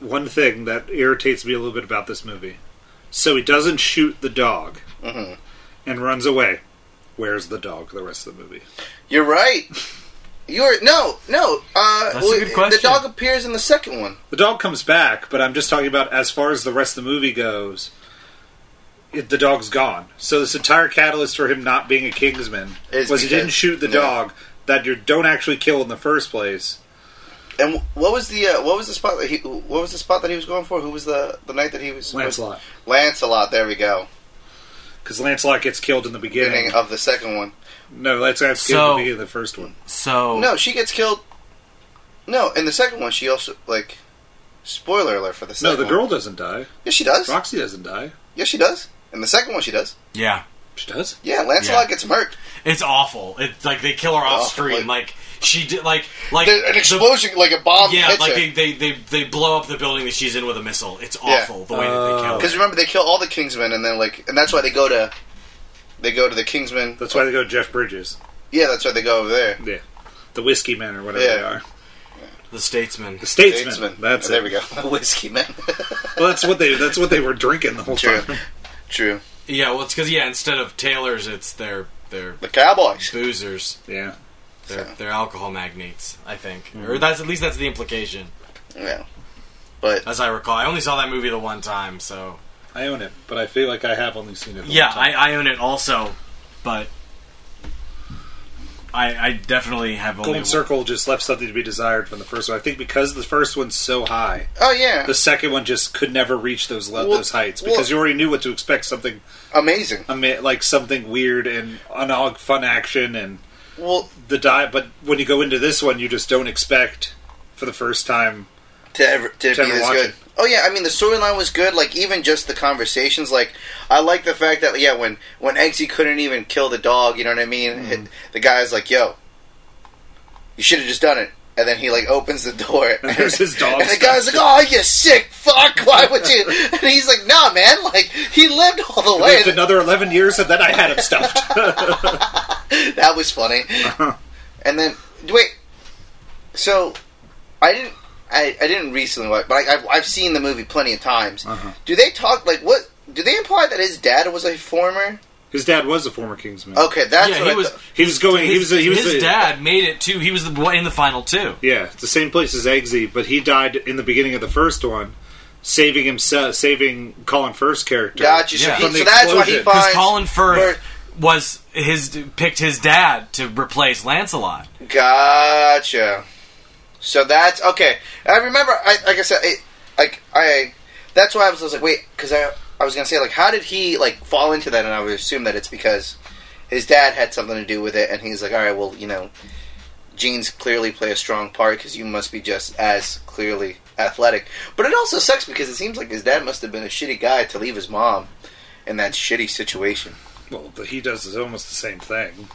Speaker 5: Mm-hmm.
Speaker 3: One thing that irritates me a little bit about this movie. So he doesn't shoot the dog
Speaker 5: Mhm.
Speaker 3: and runs away. Where's the dog the rest of the movie?
Speaker 5: You're right. You're no, no. Uh,
Speaker 4: That's a good
Speaker 5: The
Speaker 4: question.
Speaker 5: dog appears in the second one.
Speaker 3: The dog comes back, but I'm just talking about as far as the rest of the movie goes. It, the dog's gone. So this entire catalyst for him not being a Kingsman
Speaker 5: Is
Speaker 3: was he
Speaker 5: because-
Speaker 3: didn't shoot the
Speaker 5: yeah.
Speaker 3: dog that you don't actually kill in the first place.
Speaker 5: And wh- what was the uh, what was the spot that he what was the spot that he was going for? Who was the the knight that he was?
Speaker 3: Lancelot,
Speaker 5: Lancelot. There we go.
Speaker 3: because Lancelot gets killed in the beginning.
Speaker 5: Beginning of the second one.
Speaker 3: No, Lancelot gets killed in
Speaker 4: So-
Speaker 3: the beginning of the first one.
Speaker 4: So
Speaker 5: No, she gets killed. No, in the second one, she also like. Spoiler alert for the
Speaker 3: No,
Speaker 5: second.
Speaker 3: the
Speaker 5: one.
Speaker 3: girl doesn't die.
Speaker 5: Yes, she does.
Speaker 3: Roxy doesn't die.
Speaker 5: Yes, she does. In the second one, she does.
Speaker 4: yeah,
Speaker 3: She does.
Speaker 5: Yeah, Lancelot
Speaker 4: Yeah.
Speaker 5: gets murked.
Speaker 4: it's awful. It's like they kill her off
Speaker 5: Awful,
Speaker 4: screen. Like, she did like like
Speaker 5: There- An
Speaker 4: the-
Speaker 5: explosion, like a bomb.
Speaker 4: yeah,
Speaker 5: hits
Speaker 4: like
Speaker 5: her.
Speaker 4: they, they, they, they blow up the building that she's in with a missile. It's
Speaker 5: Yeah. Uh,
Speaker 4: awful the way that they kill her.
Speaker 5: Because remember, they kill all the Kingsmen, and then like, and that's why they go to, they go to the Kingsmen.
Speaker 3: That's why they go to Jeff Bridges,
Speaker 5: Yeah, that's why they go over there.
Speaker 3: the whiskey men or whatever
Speaker 5: Yeah.
Speaker 3: they are.
Speaker 4: The statesman.
Speaker 3: The statesmen.
Speaker 5: Statesman.
Speaker 3: That's
Speaker 5: there
Speaker 3: it.
Speaker 5: we go. Whiskey man.
Speaker 3: Well, that's what they that's what they were drinking the whole
Speaker 5: True.
Speaker 3: time.
Speaker 5: True.
Speaker 4: Yeah, well, it's because yeah, instead of tailors, it's their their
Speaker 5: The Cowboys.
Speaker 4: boozers,
Speaker 3: Yeah.
Speaker 4: their
Speaker 5: So.
Speaker 4: their alcohol magnates. I think, or that's at least that's the implication,
Speaker 5: Yeah. But
Speaker 4: as I recall. I only saw that movie the one time, so
Speaker 3: I own it, but I feel like I have only seen it. the
Speaker 4: yeah,
Speaker 3: one
Speaker 4: I,
Speaker 3: time.
Speaker 4: I own it also, but I I definitely have only
Speaker 3: Golden Circle just left something to be desired from the first one. I think because the first one's so high,
Speaker 5: oh yeah,
Speaker 3: the second one just could never reach those le-
Speaker 5: Well-
Speaker 3: those heights
Speaker 5: well-
Speaker 3: because you already knew what to expect something
Speaker 5: amazing.
Speaker 3: I mean, like something weird and un- fun action and
Speaker 5: Well,
Speaker 3: the dive. But when you go into this one, you just don't expect for the first time
Speaker 5: to ever
Speaker 3: To
Speaker 5: to, be
Speaker 3: ever
Speaker 5: this
Speaker 3: watch
Speaker 5: good.
Speaker 3: it.
Speaker 5: Oh yeah, I mean the storyline was good. Like even just the conversations. Like I like the fact that yeah, when when Eggsy couldn't even kill the dog, you know what I mean?
Speaker 3: Mm-hmm.
Speaker 5: It- the guy's like, "Yo, you should have just done it." And then he like opens the door,
Speaker 3: And there's his dog
Speaker 5: And the guy's like,
Speaker 3: stuck.
Speaker 5: "Oh, you sick fuck! Why would you?" And he's like, "Nah, man. Like he lived all the way."
Speaker 3: lived another 11 years and then I had him stuffed.
Speaker 5: that was funny.
Speaker 4: Uh-huh.
Speaker 5: and then wait, so I didn't. I, I didn't recently watch, but I, I've, I've seen the movie plenty of times.
Speaker 3: Uh-huh.
Speaker 5: Do they talk like what? Do they imply that his dad was a former?
Speaker 3: His dad was a former Kingsman.
Speaker 5: Okay, that's
Speaker 4: Yeah,
Speaker 5: what
Speaker 4: he
Speaker 5: I
Speaker 4: was.
Speaker 5: thought.
Speaker 3: He was going.
Speaker 4: His,
Speaker 3: he was. A, he was
Speaker 4: his
Speaker 3: a,
Speaker 4: dad made it too. He was the one in the final two.
Speaker 3: Yeah, it's the same place as Eggsy, but he died in the beginning of the first one, saving himself, saving Colin Firth's character.
Speaker 5: Gotcha. So,
Speaker 4: Yeah.
Speaker 5: he,
Speaker 4: From
Speaker 3: the
Speaker 5: so that's why he
Speaker 3: explosion. 'Cause
Speaker 5: finds
Speaker 4: Colin Firth
Speaker 5: Firth
Speaker 4: was his picked his dad to replace Lancelot.
Speaker 5: Gotcha. So that's okay. I remember. I like I said. It, like I. That's why I was, I was like, wait, because I I was gonna say like, how did he like fall into that? And I would assume that it's because his dad had something to do with it, and he's like, all right, well, you know, genes clearly play a strong part because you must be just as clearly athletic. But it also sucks because it seems like his dad must have been a shitty guy to leave his mom in that shitty situation.
Speaker 3: Well, the- he does is almost the same thing.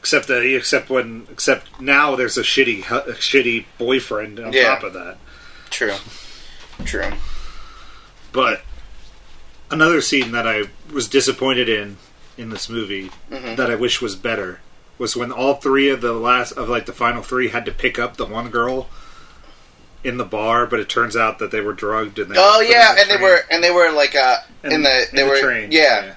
Speaker 3: Except that he, except when, except now there's a shitty, hu- a shitty boyfriend on
Speaker 5: Yeah.
Speaker 3: top of that.
Speaker 5: True. True.
Speaker 3: But another scene that I was disappointed in in this movie
Speaker 5: Mm-hmm.
Speaker 3: that I wish was better was when all three of the last of like the final three had to pick up the one girl in the bar, but it turns out that they were drugged and they
Speaker 5: Oh
Speaker 3: put in
Speaker 5: yeah,
Speaker 3: the
Speaker 5: and they
Speaker 3: train.
Speaker 5: were and they were like uh
Speaker 3: And-
Speaker 5: in the they
Speaker 3: in the
Speaker 5: were
Speaker 3: train.
Speaker 5: yeah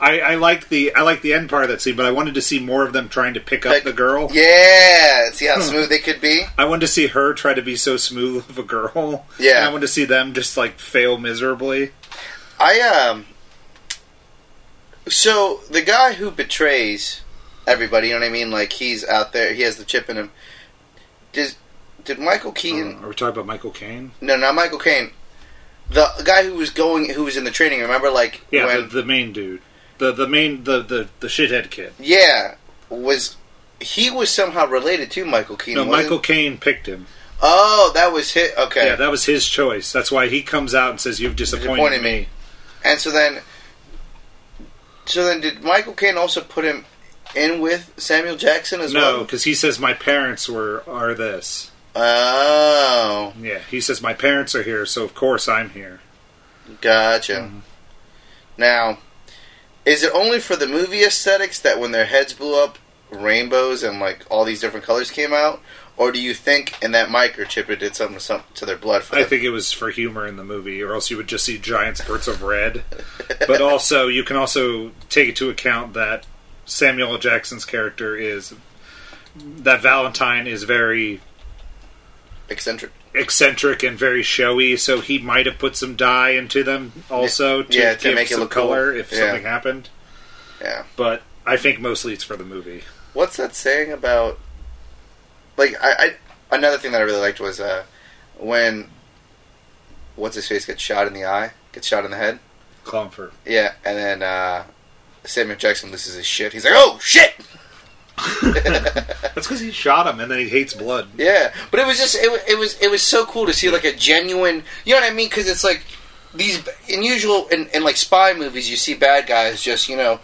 Speaker 3: I, I liked the I liked the end part of that scene, but I wanted to see more of them trying to pick up
Speaker 5: Like-
Speaker 3: the girl.
Speaker 5: yeah. See
Speaker 3: Hmm.
Speaker 5: how smooth they could be.
Speaker 3: I wanted to see her try to be so smooth of a girl.
Speaker 5: Yeah.
Speaker 3: and I wanted to see them just like fail miserably.
Speaker 5: I um. So the guy who betrays everybody, you know what I mean? Like he's out there, he has the chip in him. Does did Michael Keaton?
Speaker 3: Uh, are we talking about Michael Caine?
Speaker 5: No, not Michael Caine. The guy who was going, who was in the training. Remember, like
Speaker 3: Yeah,
Speaker 5: when,
Speaker 3: the, the main dude, the the main the the, the shithead kid.
Speaker 5: yeah, was he was somehow related to Michael Keaton?
Speaker 3: No,
Speaker 5: wasn't-
Speaker 3: Michael Caine picked him.
Speaker 5: Oh, that was hit. Okay,
Speaker 3: Yeah, that was his choice. That's why he comes out and says, "You've disappointed,
Speaker 5: Disappointed
Speaker 3: me.
Speaker 5: me." and so then, so then, did Michael Caine also put him in with Samuel Jackson as
Speaker 3: No,
Speaker 5: well?
Speaker 3: because he says my parents were are this.
Speaker 5: Oh,
Speaker 3: Yeah, he says my parents are here, so of course I'm here.
Speaker 5: Gotcha. Now, is it only for the movie aesthetics that when their heads blew up, rainbows and like all these different colors came out, or do you think in that microchip it did something to, some, to their blood? For
Speaker 3: I
Speaker 5: them?
Speaker 3: think it was for humor in the movie, or else you would just see giant spurts of red. but also, you can also take into account that Samuel L. Jackson's character is that Valentine is very
Speaker 5: eccentric.
Speaker 3: eccentric and very showy, so he might have put some dye into them also to,
Speaker 5: Yeah, to
Speaker 3: give
Speaker 5: make it
Speaker 3: some
Speaker 5: look
Speaker 3: color
Speaker 5: cool.
Speaker 3: if
Speaker 5: Yeah.
Speaker 3: something happened.
Speaker 5: Yeah.
Speaker 3: But I think mostly it's for the movie.
Speaker 5: What's that saying about? Like I, I another thing that I really liked was uh, when what's his face gets shot in the eye, gets shot in the head.
Speaker 3: Clomfer.
Speaker 5: Yeah, and then uh, Samuel Jackson loses his shit. He's like, "Oh shit!"
Speaker 3: That's because he shot him, and then he hates blood.
Speaker 5: Yeah, but it was just it, wa- it was it was so cool to see like a genuine. You know what I mean? Because it's like these unusual in, in like spy movies, you see bad guys just you know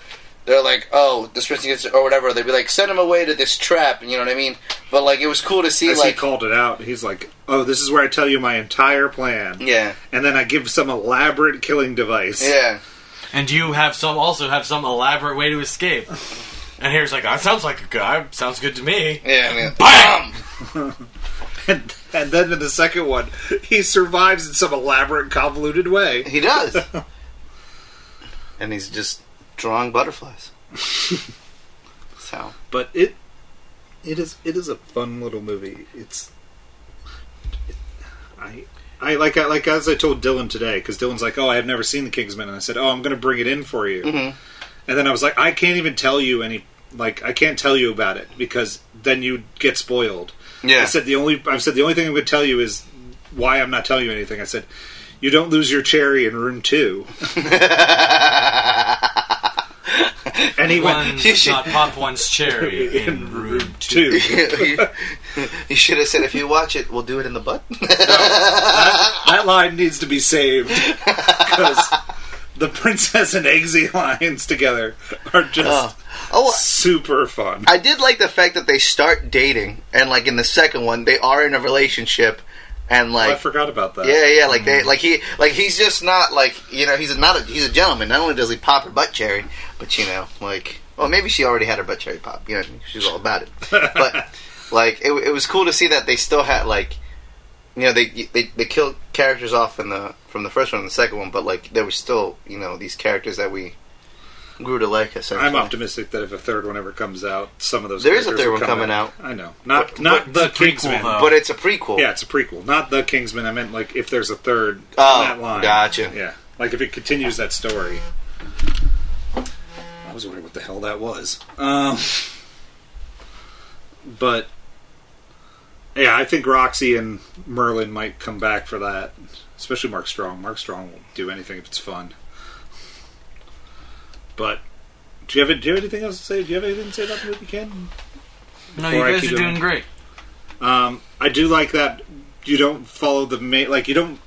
Speaker 5: they're like oh this person gets or whatever. They'd be like send him away to this trap. You know what I mean? But like it was cool to see
Speaker 3: As he
Speaker 5: like
Speaker 3: called it out, he's like, "Oh, this is where I tell you my entire plan."
Speaker 5: yeah
Speaker 3: and then I give some elaborate killing device.
Speaker 5: yeah
Speaker 4: And you have some also have some elaborate way to escape. And here's like, that sounds like a guy. Sounds good to me.
Speaker 5: yeah. I mean,
Speaker 4: Bam!
Speaker 3: And, and then in the second one, he survives in some elaborate, convoluted way.
Speaker 5: He does. and he's just drawing butterflies. so
Speaker 3: But it, it is, it is a fun little movie. It's, I, I like, I like as I told Dylan today, because Dylan's like, "Oh, I have never seen The Kingsman," and I said, "Oh, I'm going to bring it in for you." And then I was like, "I can't even tell you any." Like I can't tell you about it because then you get spoiled. I
Speaker 5: yeah.
Speaker 3: said the only I've said the only thing I would tell you is why I'm not telling you anything. I said you don't lose your cherry in room two. and he
Speaker 4: One
Speaker 3: went
Speaker 5: You
Speaker 4: does
Speaker 5: should-
Speaker 4: not pop one's cherry in room two.
Speaker 3: two.
Speaker 5: you, you should have said if you watch it, we'll do it in the butt.
Speaker 3: That line needs to be saved because the princess and Eggsy lines together are just
Speaker 5: oh,
Speaker 3: super fun.
Speaker 5: I did like the fact that they start dating, and like in the second one, they are in a relationship, and
Speaker 3: Oh, I
Speaker 5: like.
Speaker 3: forgot about that.
Speaker 5: yeah, yeah, like they, like he, like he's just not like you know he's not a, he's a gentleman. Not only does he pop her butt cherry, but you know like well maybe she already had her butt cherry pop. You know she's all about it. But like it, it was cool to see that they still had like you know they they they killed characters off in the from the first one and the second one, but like there were still you know these characters that we grew to like. Essentially,
Speaker 3: I'm optimistic that if a third one ever comes out, some of those
Speaker 5: There is a
Speaker 3: characters
Speaker 5: third
Speaker 3: will
Speaker 5: one
Speaker 3: come
Speaker 5: coming out.
Speaker 3: I know, not
Speaker 5: But-
Speaker 3: not
Speaker 5: but
Speaker 3: the
Speaker 4: it's a prequel,
Speaker 3: Kingsman,
Speaker 4: though.
Speaker 5: but it's a prequel.
Speaker 3: Yeah, it's a prequel, not the Kingsman. I meant like if there's a third
Speaker 5: Oh,
Speaker 3: in that line.
Speaker 5: gotcha.
Speaker 3: Yeah, like if it continues that story. I was wondering what the hell that was. Um, but yeah, I think Roxy and Merlin might come back for that, especially Mark Strong. Mark Strong will do anything if it's fun. But do you have do you have anything else to say? Do you have anything to say about the movie, Ken?
Speaker 4: No,
Speaker 3: Before I
Speaker 4: you guys
Speaker 3: keep
Speaker 4: are
Speaker 3: going.
Speaker 4: doing great.
Speaker 3: Um, I do like that you don't follow the main like you don't.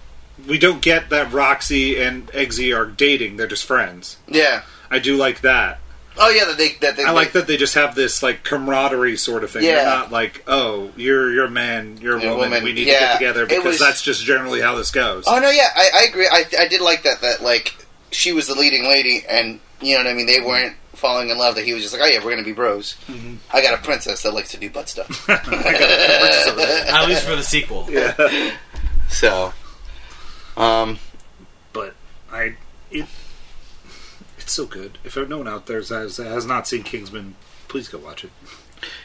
Speaker 3: We don't get that Roxy and Eggsy are dating; they're just friends.
Speaker 5: Yeah.
Speaker 3: I do like that.
Speaker 5: Oh yeah, that they that they
Speaker 3: I like that they just have this like camaraderie sort of thing.
Speaker 5: Yeah.
Speaker 3: They're not like, oh, you're you're a man, you're a
Speaker 5: You're a
Speaker 3: woman,
Speaker 5: woman.
Speaker 3: we need to
Speaker 5: Yeah.
Speaker 3: get together
Speaker 5: It
Speaker 3: because
Speaker 5: was-
Speaker 3: that's just generally how this goes.
Speaker 5: Oh no, yeah, I, I agree. I I did like that that like she was the leading lady, and you know what I mean. They weren't falling in love. That he was just like, oh yeah, we're gonna be bros.
Speaker 3: Mm-hmm.
Speaker 5: I got a princess that likes to do butt stuff.
Speaker 4: At least for the sequel.
Speaker 5: so, um,
Speaker 3: But I, it, it's so good. If no one out there has, has not seen Kingsman, please go watch it.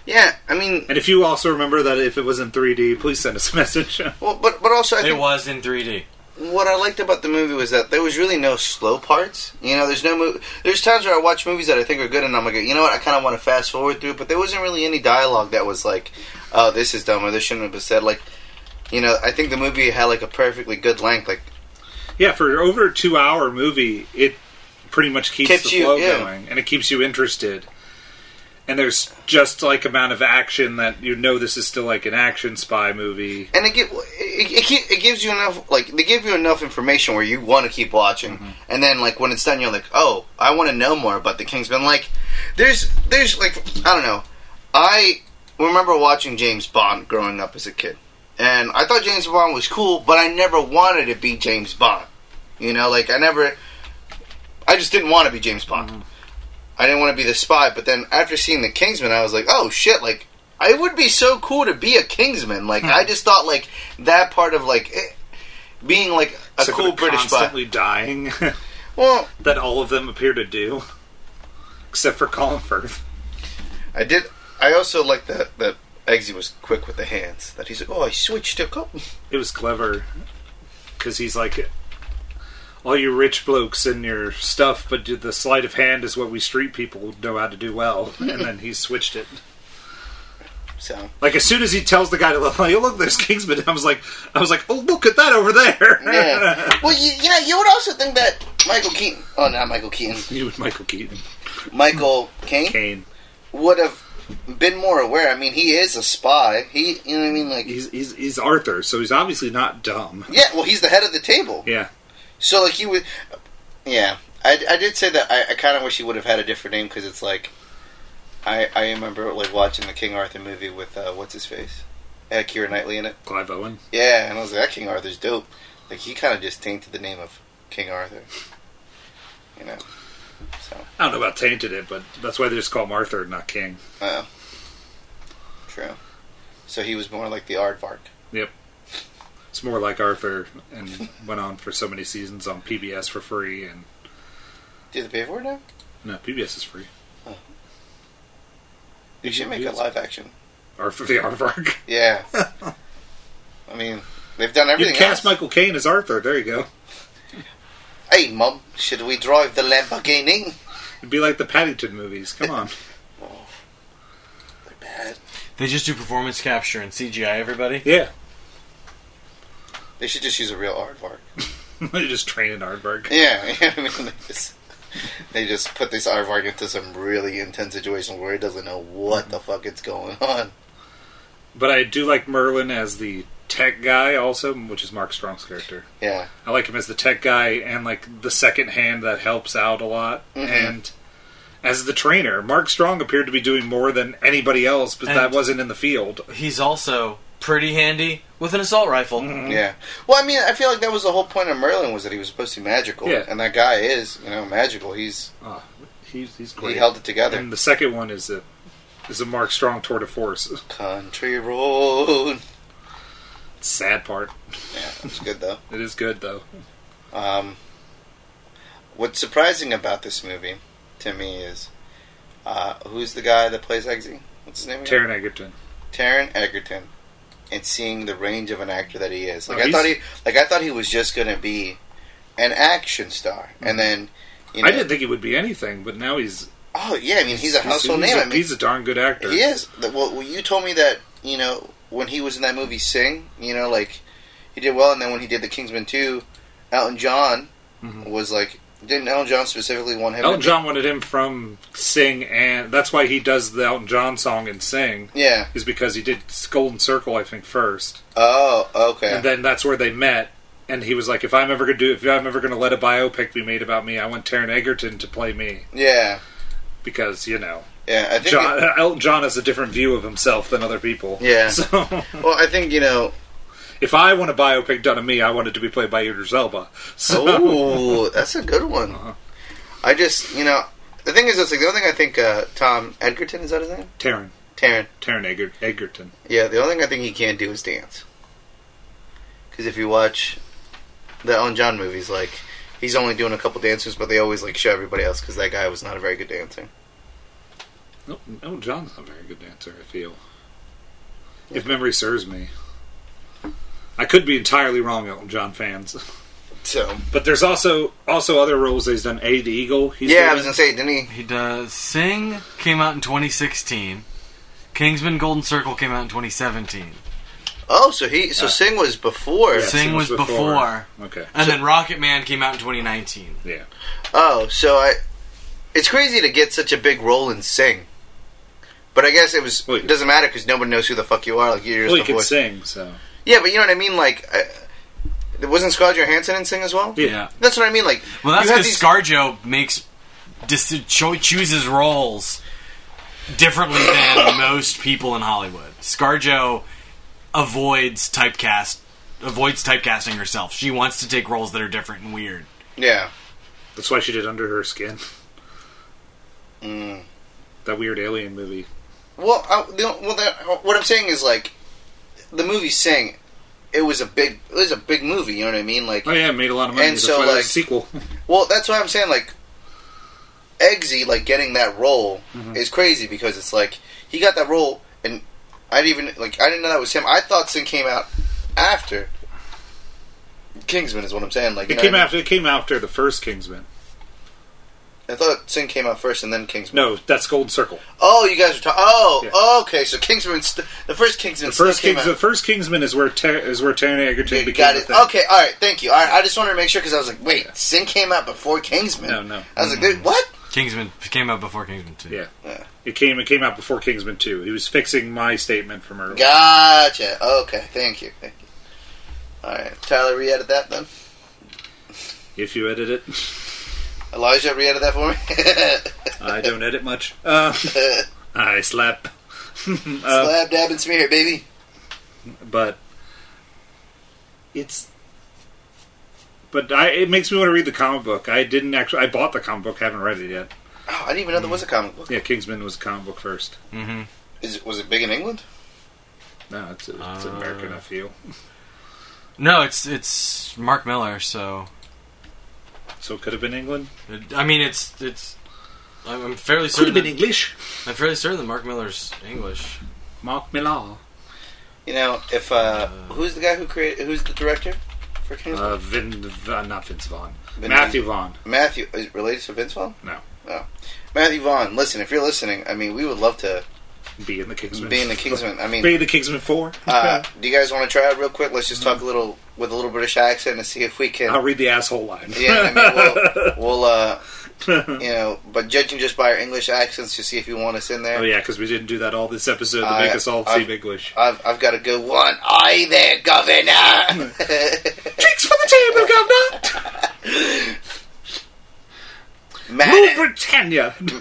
Speaker 5: yeah, I mean,
Speaker 3: And if you also remember that if it was in 3D, please send us a message.
Speaker 5: well, but but also I
Speaker 4: It
Speaker 5: think
Speaker 4: was in 3D.
Speaker 5: what I liked about the movie was that there was really no slow parts. You know, there's no mo- there's times where I watch movies that I think are good, and I'm like, you know what, I kind of want to fast forward through, it, but there wasn't really any dialogue that was like, oh, this is dumb or this shouldn't have been said. Like, you know, I think the movie had like a perfectly good length. Like,
Speaker 3: yeah, for over a two-hour movie, it pretty much keeps
Speaker 5: Kept
Speaker 3: the
Speaker 5: you-
Speaker 3: flow
Speaker 5: yeah.
Speaker 3: going, and it keeps you interested. And there's just like amount of action that you know this is still like an action spy movie.
Speaker 5: and it, gi- it, it, gi- it gives you enough like they give you enough information where you want to keep watching and then like when it's done you're like oh i want to know more about the kingsman like there's there's like i don't know i remember watching james bond growing up as a kid and i thought james bond was cool but i never wanted to be james bond you know like i never i just didn't want to be james bond i didn't want to be the spy but then after seeing the kingsman i was like oh shit like it would be so cool to be a Kingsman. Like I just thought, like that part of like eh, being like a
Speaker 3: Except for
Speaker 5: cool
Speaker 3: the
Speaker 5: British spy.
Speaker 3: constantly dying
Speaker 5: Well,
Speaker 3: that all of them appear to do, except for Colin Firth.
Speaker 5: I did. I also like that that Eggsy was quick with the hands. That he's like, oh, I switched to cup.
Speaker 3: It was clever because he's like, all you rich blokes and your stuff, but do- the sleight of hand is what we street people know how to do well. And then he switched it.
Speaker 5: So
Speaker 3: Like as soon as he tells the guy to look, like, oh look, there's Kingsman. I was like, I was like, oh look at that over there.
Speaker 5: yeah. well, you, you know, you would also think that Michael Keaton. Oh, not Michael Keaton.
Speaker 3: you and Michael Keaton,
Speaker 5: Michael Caine
Speaker 3: Kane.
Speaker 5: would have been more aware. I mean, he is a spy. He, you know what I mean? Like,
Speaker 3: He's, he's he's Arthur, so he's obviously not dumb.
Speaker 5: yeah. Well, he's the head of the table.
Speaker 3: Yeah,
Speaker 5: So like you would, yeah. I, I did say that I, I kind of wish he would have had a different name because it's like, I I remember like watching the King Arthur movie with uh, what's his face, had Keira Knightley in it.
Speaker 3: Clive Owen.
Speaker 5: Yeah, and I was like, that King Arthur's dope. Like he kind of just tainted the name of King Arthur, you know. So
Speaker 3: I don't know about tainted it, but that's why they just call him Arthur, not King.
Speaker 5: uh, true. So he was more like the Aardvark.
Speaker 3: It's more like Arthur, and went on for so many seasons on PBS for free, and
Speaker 5: Do they pay for it now?
Speaker 3: no, PBS is free.
Speaker 5: You should make a
Speaker 3: Yes.
Speaker 5: live action.
Speaker 3: Arthur the Aardvark.
Speaker 5: Yeah. I mean, they've done
Speaker 3: You
Speaker 5: everything.
Speaker 3: cast
Speaker 5: else.
Speaker 3: Michael Caine as Arthur. There you go.
Speaker 5: Hey, Mum, should we drive the Lamborghini?
Speaker 3: It'd be like the Paddington movies. Come on.
Speaker 5: They're bad.
Speaker 4: They just do performance capture and CGI everybody.
Speaker 3: yeah,
Speaker 5: They should just use a real aardvark.
Speaker 3: they just train an Aardvark.
Speaker 5: Yeah, you know what I mean, they just, they just put this aardvark into some really intense situation where it doesn't know what the fuck is going on.
Speaker 3: But I do like Merlin as the tech guy, also, which is Mark Strong's character.
Speaker 5: Yeah,
Speaker 3: I like him as the tech guy and like the second hand that helps out a lot,
Speaker 5: Mhm.
Speaker 3: and as the trainer. Mark Strong appeared to be doing more than anybody else, but that
Speaker 4: And-
Speaker 3: wasn't in the field.
Speaker 4: He's also pretty handy with an assault rifle.
Speaker 5: yeah. Well, I mean, I feel like that was the whole point of Merlin was that he was supposed to be magical,
Speaker 3: Yeah.
Speaker 5: and that guy is, you know, magical. He's
Speaker 3: He's he's
Speaker 5: he
Speaker 3: great.
Speaker 5: held it together.
Speaker 3: and the second one is a is a Mark Strong tour de force.
Speaker 5: Country road.
Speaker 3: Sad part.
Speaker 5: Yeah, it's good though.
Speaker 3: It is good though.
Speaker 5: Um, what's surprising about this movie to me is uh, who's the guy that plays Eggsy? What's his name? again?
Speaker 3: Taron Egerton.
Speaker 5: Taron Egerton, and seeing the range of an actor that he is. Like
Speaker 3: Oh,
Speaker 5: I
Speaker 3: he's-
Speaker 5: thought he, like I thought he was just gonna be an action star, and then you know,
Speaker 3: Mm-hmm. I didn't think he would be anything, but now he's
Speaker 5: Oh yeah, I mean he's a household
Speaker 3: he's
Speaker 5: name.
Speaker 3: A,
Speaker 5: I mean
Speaker 3: he's a darn good actor.
Speaker 5: He is. The- Well, well, you told me that you know when he was in that movie Sing, you know, like he did well, and then when he did The Kingsman Two, Elton John
Speaker 3: Mhm.
Speaker 5: was like, didn't Elton John specifically want him?
Speaker 3: Elton
Speaker 5: to
Speaker 3: John wanted him from Sing, and that's why he does the Elton John song in Sing,
Speaker 5: Be, yeah.
Speaker 3: is because he did Golden Circle, I think, first,
Speaker 5: Oh, okay.
Speaker 3: and then that's where they met. And he was like, "If I'm ever gonna do, if I'm ever gonna let a biopic be made about me, I want Taron Egerton to play me
Speaker 5: yeah,
Speaker 3: because you know
Speaker 5: yeah. I think.
Speaker 3: John, Elton John has a different view of himself than other people.
Speaker 5: Yeah.
Speaker 3: So
Speaker 5: well, I think you know.
Speaker 3: if I want a biopic done of me, I want it to be played by Idris Elba. So Uh-huh.
Speaker 5: Oh, that's a good one. I just you know the thing is it's like the only thing I think uh, Tom Edgerton is that his name?
Speaker 3: Taron,
Speaker 5: Taryn.
Speaker 3: Taron Eger- Egerton.
Speaker 5: Yeah, the only thing I think he can't do is dance. Because if you watch the Elton John movies, like he's only doing a couple dances, but they always like show everybody else because that guy was not a very good dancer.
Speaker 3: No, no, John's not a very good dancer. I feel, if memory serves me, I could be entirely wrong, Elton John fans.
Speaker 5: So
Speaker 3: But there's also also other roles that he's done. A the Eagle. He's
Speaker 5: yeah,
Speaker 3: been
Speaker 5: I was
Speaker 3: in.
Speaker 5: gonna say, didn't he?
Speaker 4: He does Sing came out in 2016. Kingsman Golden Circle came out in 2017.
Speaker 5: Oh, so he so Sing was before.
Speaker 3: Uh, Yeah,
Speaker 4: Sing
Speaker 3: it
Speaker 4: was before.
Speaker 3: Okay,
Speaker 4: And then Rocket Man came out in 2019.
Speaker 3: yeah.
Speaker 5: Oh, so I. It's crazy to get such a big role in Sing. But I guess it was
Speaker 3: Well,
Speaker 5: it doesn't matter because nobody knows who the fuck you are. Like you're just
Speaker 3: Well, he
Speaker 5: a
Speaker 3: can
Speaker 5: voice.
Speaker 3: sing, so
Speaker 5: Yeah, but you know what I mean. Like, uh, wasn't Scarlett Johansson in Sing as well?
Speaker 3: Yeah.
Speaker 5: That's what I mean. Like,
Speaker 4: Well, that's
Speaker 5: you have
Speaker 4: because
Speaker 5: these-
Speaker 4: ScarJo makes dis- cho- chooses roles differently than most people in Hollywood. ScarJo avoids typecast, avoids typecasting herself. She wants to take roles that are different and weird.
Speaker 5: Yeah.
Speaker 3: that's why she did Under Her Skin,
Speaker 5: Mm.
Speaker 3: that weird alien movie.
Speaker 5: Well, I, the, well, the, what I'm saying is like the movie Sing. It was a big, it was a big movie. You know what I mean? Like,
Speaker 3: Oh yeah, it made a lot of money.
Speaker 5: And
Speaker 3: that's
Speaker 5: so,
Speaker 3: why there's
Speaker 5: like-
Speaker 3: a sequel.
Speaker 5: well, that's why I'm saying like, Eggsy like getting that role
Speaker 3: Mm-hmm.
Speaker 5: is crazy because it's like he got that role and I didn't even like I didn't know that was him. I thought Sing came out after Kingsman is what I'm saying. Like, you
Speaker 3: It
Speaker 5: know
Speaker 3: came
Speaker 5: what I mean?
Speaker 3: after. It came after the first Kingsman.
Speaker 5: I thought Sing came out first and then Kingsman.
Speaker 3: No, that's Golden Circle.
Speaker 5: Oh, you guys were talking. Oh,
Speaker 3: Yeah.
Speaker 5: oh, okay. So Kingsman, st- the first Kingsman,
Speaker 3: The first
Speaker 5: still came
Speaker 3: Kings,
Speaker 5: out-
Speaker 3: the first Kingsman is where Ter- is where Taron Egerton
Speaker 5: Okay,
Speaker 3: became
Speaker 5: got
Speaker 3: a
Speaker 5: it.
Speaker 3: thing.
Speaker 5: Okay, all right. Thank you. All right, I just wanted to make sure because I was like, wait, Sin came out before Kingsman.
Speaker 3: No, Mm-hmm. no.
Speaker 5: I was like, dude, what?
Speaker 4: Kingsman came out before Kingsman 2.
Speaker 3: Yeah.
Speaker 5: Yeah.
Speaker 3: It came it came out before Kingsman 2. He was fixing my statement from earlier.
Speaker 5: Gotcha. Okay, thank you. Thank you. All right, Tyler, re-edit that then.
Speaker 3: If you edit it,
Speaker 5: Elijah, re-edit that for me.
Speaker 3: I don't edit much. Uh, I slap. uh,
Speaker 5: Slab, dab, and smear, baby.
Speaker 3: but it's but I, it makes me want to read the comic book. I didn't actually. I bought the comic book. haven't read it yet.
Speaker 5: Oh, I didn't even know there was a comic book.
Speaker 3: mm-hmm. Yeah, Kingsman was a comic book first.
Speaker 4: Mm-hmm.
Speaker 5: Is it, was it big in England?
Speaker 3: No, it's, it's
Speaker 4: Uh.
Speaker 3: American. I feel
Speaker 4: No, it's it's Mark Miller. So
Speaker 3: so. It could have been England.
Speaker 4: it, I mean, it's it's. I'm I'm fairly
Speaker 3: Could have
Speaker 4: certain.
Speaker 3: been
Speaker 4: That,
Speaker 3: English.
Speaker 4: I'm fairly certain that Mark Miller's English.
Speaker 3: Mark Millar.
Speaker 5: You know, if uh, who's the guy who created? Who's the director for Kingsman?
Speaker 3: Uh, Vin, uh, not Vince Vaughn.
Speaker 5: Vin-
Speaker 3: Matthew Vaughn.
Speaker 5: Matthew is it related to Vince Vaughn.
Speaker 3: No.
Speaker 5: Oh, Matthew Vaughn. Listen, if you're listening, I mean, we would love to
Speaker 3: Be in the Kingsman.
Speaker 5: be in the Kingsman. I mean,
Speaker 3: Be in the Kingsman Four.
Speaker 5: Uh, do you guys want to try it real quick? Let's just talk a little with a little British accent and see if we can.
Speaker 3: I'll read the asshole line.
Speaker 5: yeah, I mean, we'll, we'll uh, you know, but judging just by our English accents, to see if you want us in there.
Speaker 3: oh yeah, because we didn't do that all this episode to
Speaker 5: I-
Speaker 3: make us all
Speaker 5: I-
Speaker 3: seem English.
Speaker 5: I've, I've got a good one. Aye there, Governor.
Speaker 3: Drinks for the table, Governor. Rule
Speaker 5: Man-
Speaker 3: Britannia.
Speaker 5: manners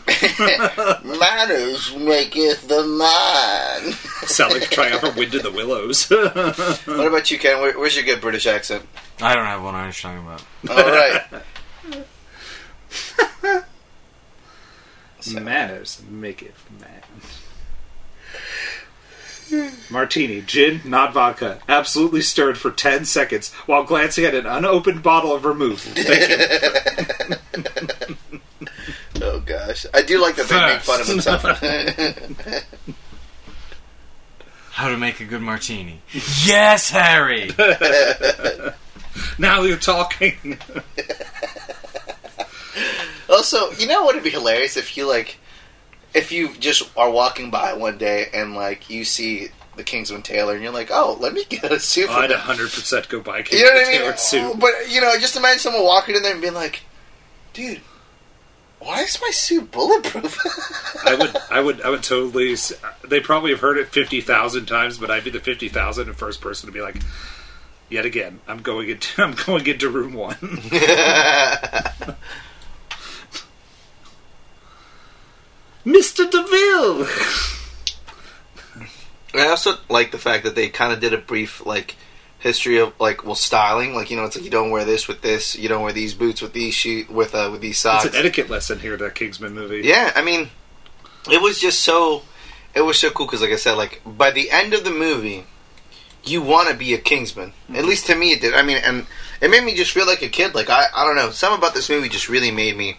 Speaker 5: maketh the man.
Speaker 3: Selling triumphant wind in the willows.
Speaker 5: what about you, Ken? Where, where's your good British accent?
Speaker 4: I don't have one. I was talking about.
Speaker 5: All right.
Speaker 3: Manners make it man. Martini, gin, not vodka, absolutely stirred for ten seconds while glancing at an unopened bottle of vermouth. Thank you.
Speaker 5: Oh gosh, I do like that they make fun of themselves.
Speaker 4: How to make a good martini. yes, Harry!
Speaker 3: now you're talking.
Speaker 5: Also, you know what would be hilarious if you like if you just are walking by one day and like you see the Kingsman Taylor and you're like, oh, let me get a suit.
Speaker 3: Oh,
Speaker 5: for
Speaker 3: I'd
Speaker 5: that."
Speaker 3: 100% go buy King
Speaker 5: You know what I mean?
Speaker 3: Taylor
Speaker 5: Oh,
Speaker 3: suit.
Speaker 5: But you know, just imagine someone walking in there and being like, dude. Why is my suit bulletproof?
Speaker 3: I would, I would, I would totally. s- They probably have heard it fifty thousand times, but I'd be the fifty thousand and first person to be like, "Yet again, I'm going into, I'm going into room one." Mister Deville.
Speaker 5: I also like the fact that they kind of did a brief like history of like well styling, like you know, it's like you don't wear this with this, you don't wear these boots with these shoe with uh, with these
Speaker 3: It's
Speaker 5: socks.
Speaker 3: an etiquette lesson here. That Kingsman movie.
Speaker 5: Yeah, I mean, it was just so it was so cool because, like I said, like by the end of the movie, you want to be a Kingsman.
Speaker 3: Mm-hmm.
Speaker 5: At least to me, it did. I mean, and it made me just feel like a kid. Like I, I don't know, something about this movie just really made me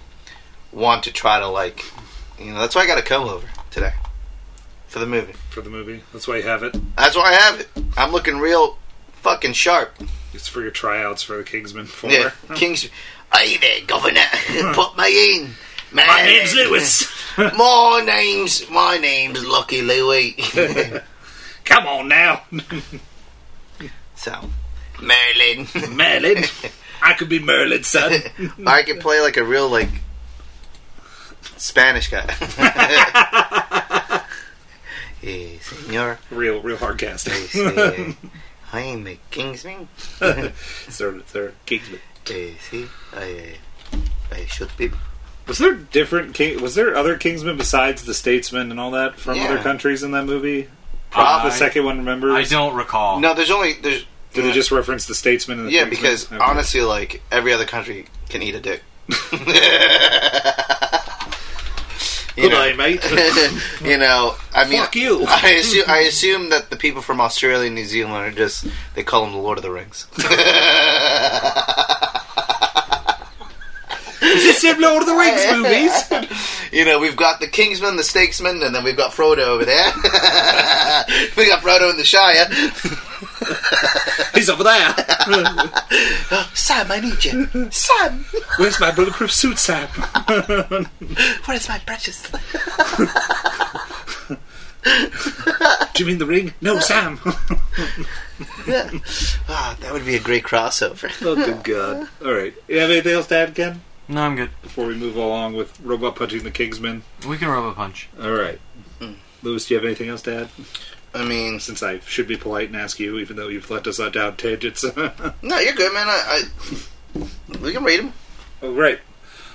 Speaker 5: want to try to like, you know, that's why I got a come over today for the movie.
Speaker 3: for the movie. That's why you have it.
Speaker 5: That's why I have it. I'm looking real fucking sharp.
Speaker 3: It's for your tryouts for the Kingsman Four.
Speaker 5: Yeah, Kings. Hey there, Governor. Put me in. Man.
Speaker 3: Hmm. My name's Lewis.
Speaker 5: my name's my name's Lucky Louie.
Speaker 3: Come on now,
Speaker 5: so, Merlin.
Speaker 3: Merlin. I could be Merlin, son.
Speaker 5: I could play like a real like Spanish guy. hey, senor.
Speaker 3: real, real hard casting.
Speaker 5: Hey, say, I am a eh, Kingsman.
Speaker 3: sir, sir, Kingsman.
Speaker 5: Hey, see, I, uh, I shoot people.
Speaker 3: Was there different? King, was there other Kingsmen besides the Statesman and all that from
Speaker 5: Yeah.
Speaker 3: other countries in that movie?
Speaker 4: Probably.
Speaker 3: the second one, remember?
Speaker 4: I don't recall.
Speaker 5: No, there's only there's.
Speaker 3: Did they just reference the Statesman? And the
Speaker 5: Yeah,
Speaker 3: Kingsman?
Speaker 5: because
Speaker 3: Okay.
Speaker 5: honestly, like every other country can eat a dick. you know,
Speaker 3: Goodbye, mate.
Speaker 5: you know. I mean,
Speaker 3: Fuck you.
Speaker 5: I assume, I assume that the people from Australia and New Zealand are just they call them the Lord of the Rings.
Speaker 3: Is this in Lord of the Rings movies?
Speaker 5: you know, we've got the Kingsman, the Stakesman, and then we've got Frodo over there. we got Frodo in the Shire.
Speaker 3: He's over there.
Speaker 5: Sam, I need you. Sam,
Speaker 3: Where's my bulletproof suit, Sam?
Speaker 5: where is my precious?
Speaker 3: Do you mean the ring? No, Sam.
Speaker 5: Ah, that would be a great crossover.
Speaker 3: oh, good God. All right. You have anything else to add, Ken?
Speaker 4: No, I'm good.
Speaker 3: Before we move along with Robot Punching the Kingsman.
Speaker 4: We can rub a punch.
Speaker 3: All right.
Speaker 5: Hmm.
Speaker 3: Lewis, do you have anything else to add?
Speaker 5: I mean,
Speaker 3: Since I should be polite and ask you, even though you've left us on down tangents.
Speaker 5: No, you're good, man. I, I we can rate him.
Speaker 3: Oh, great.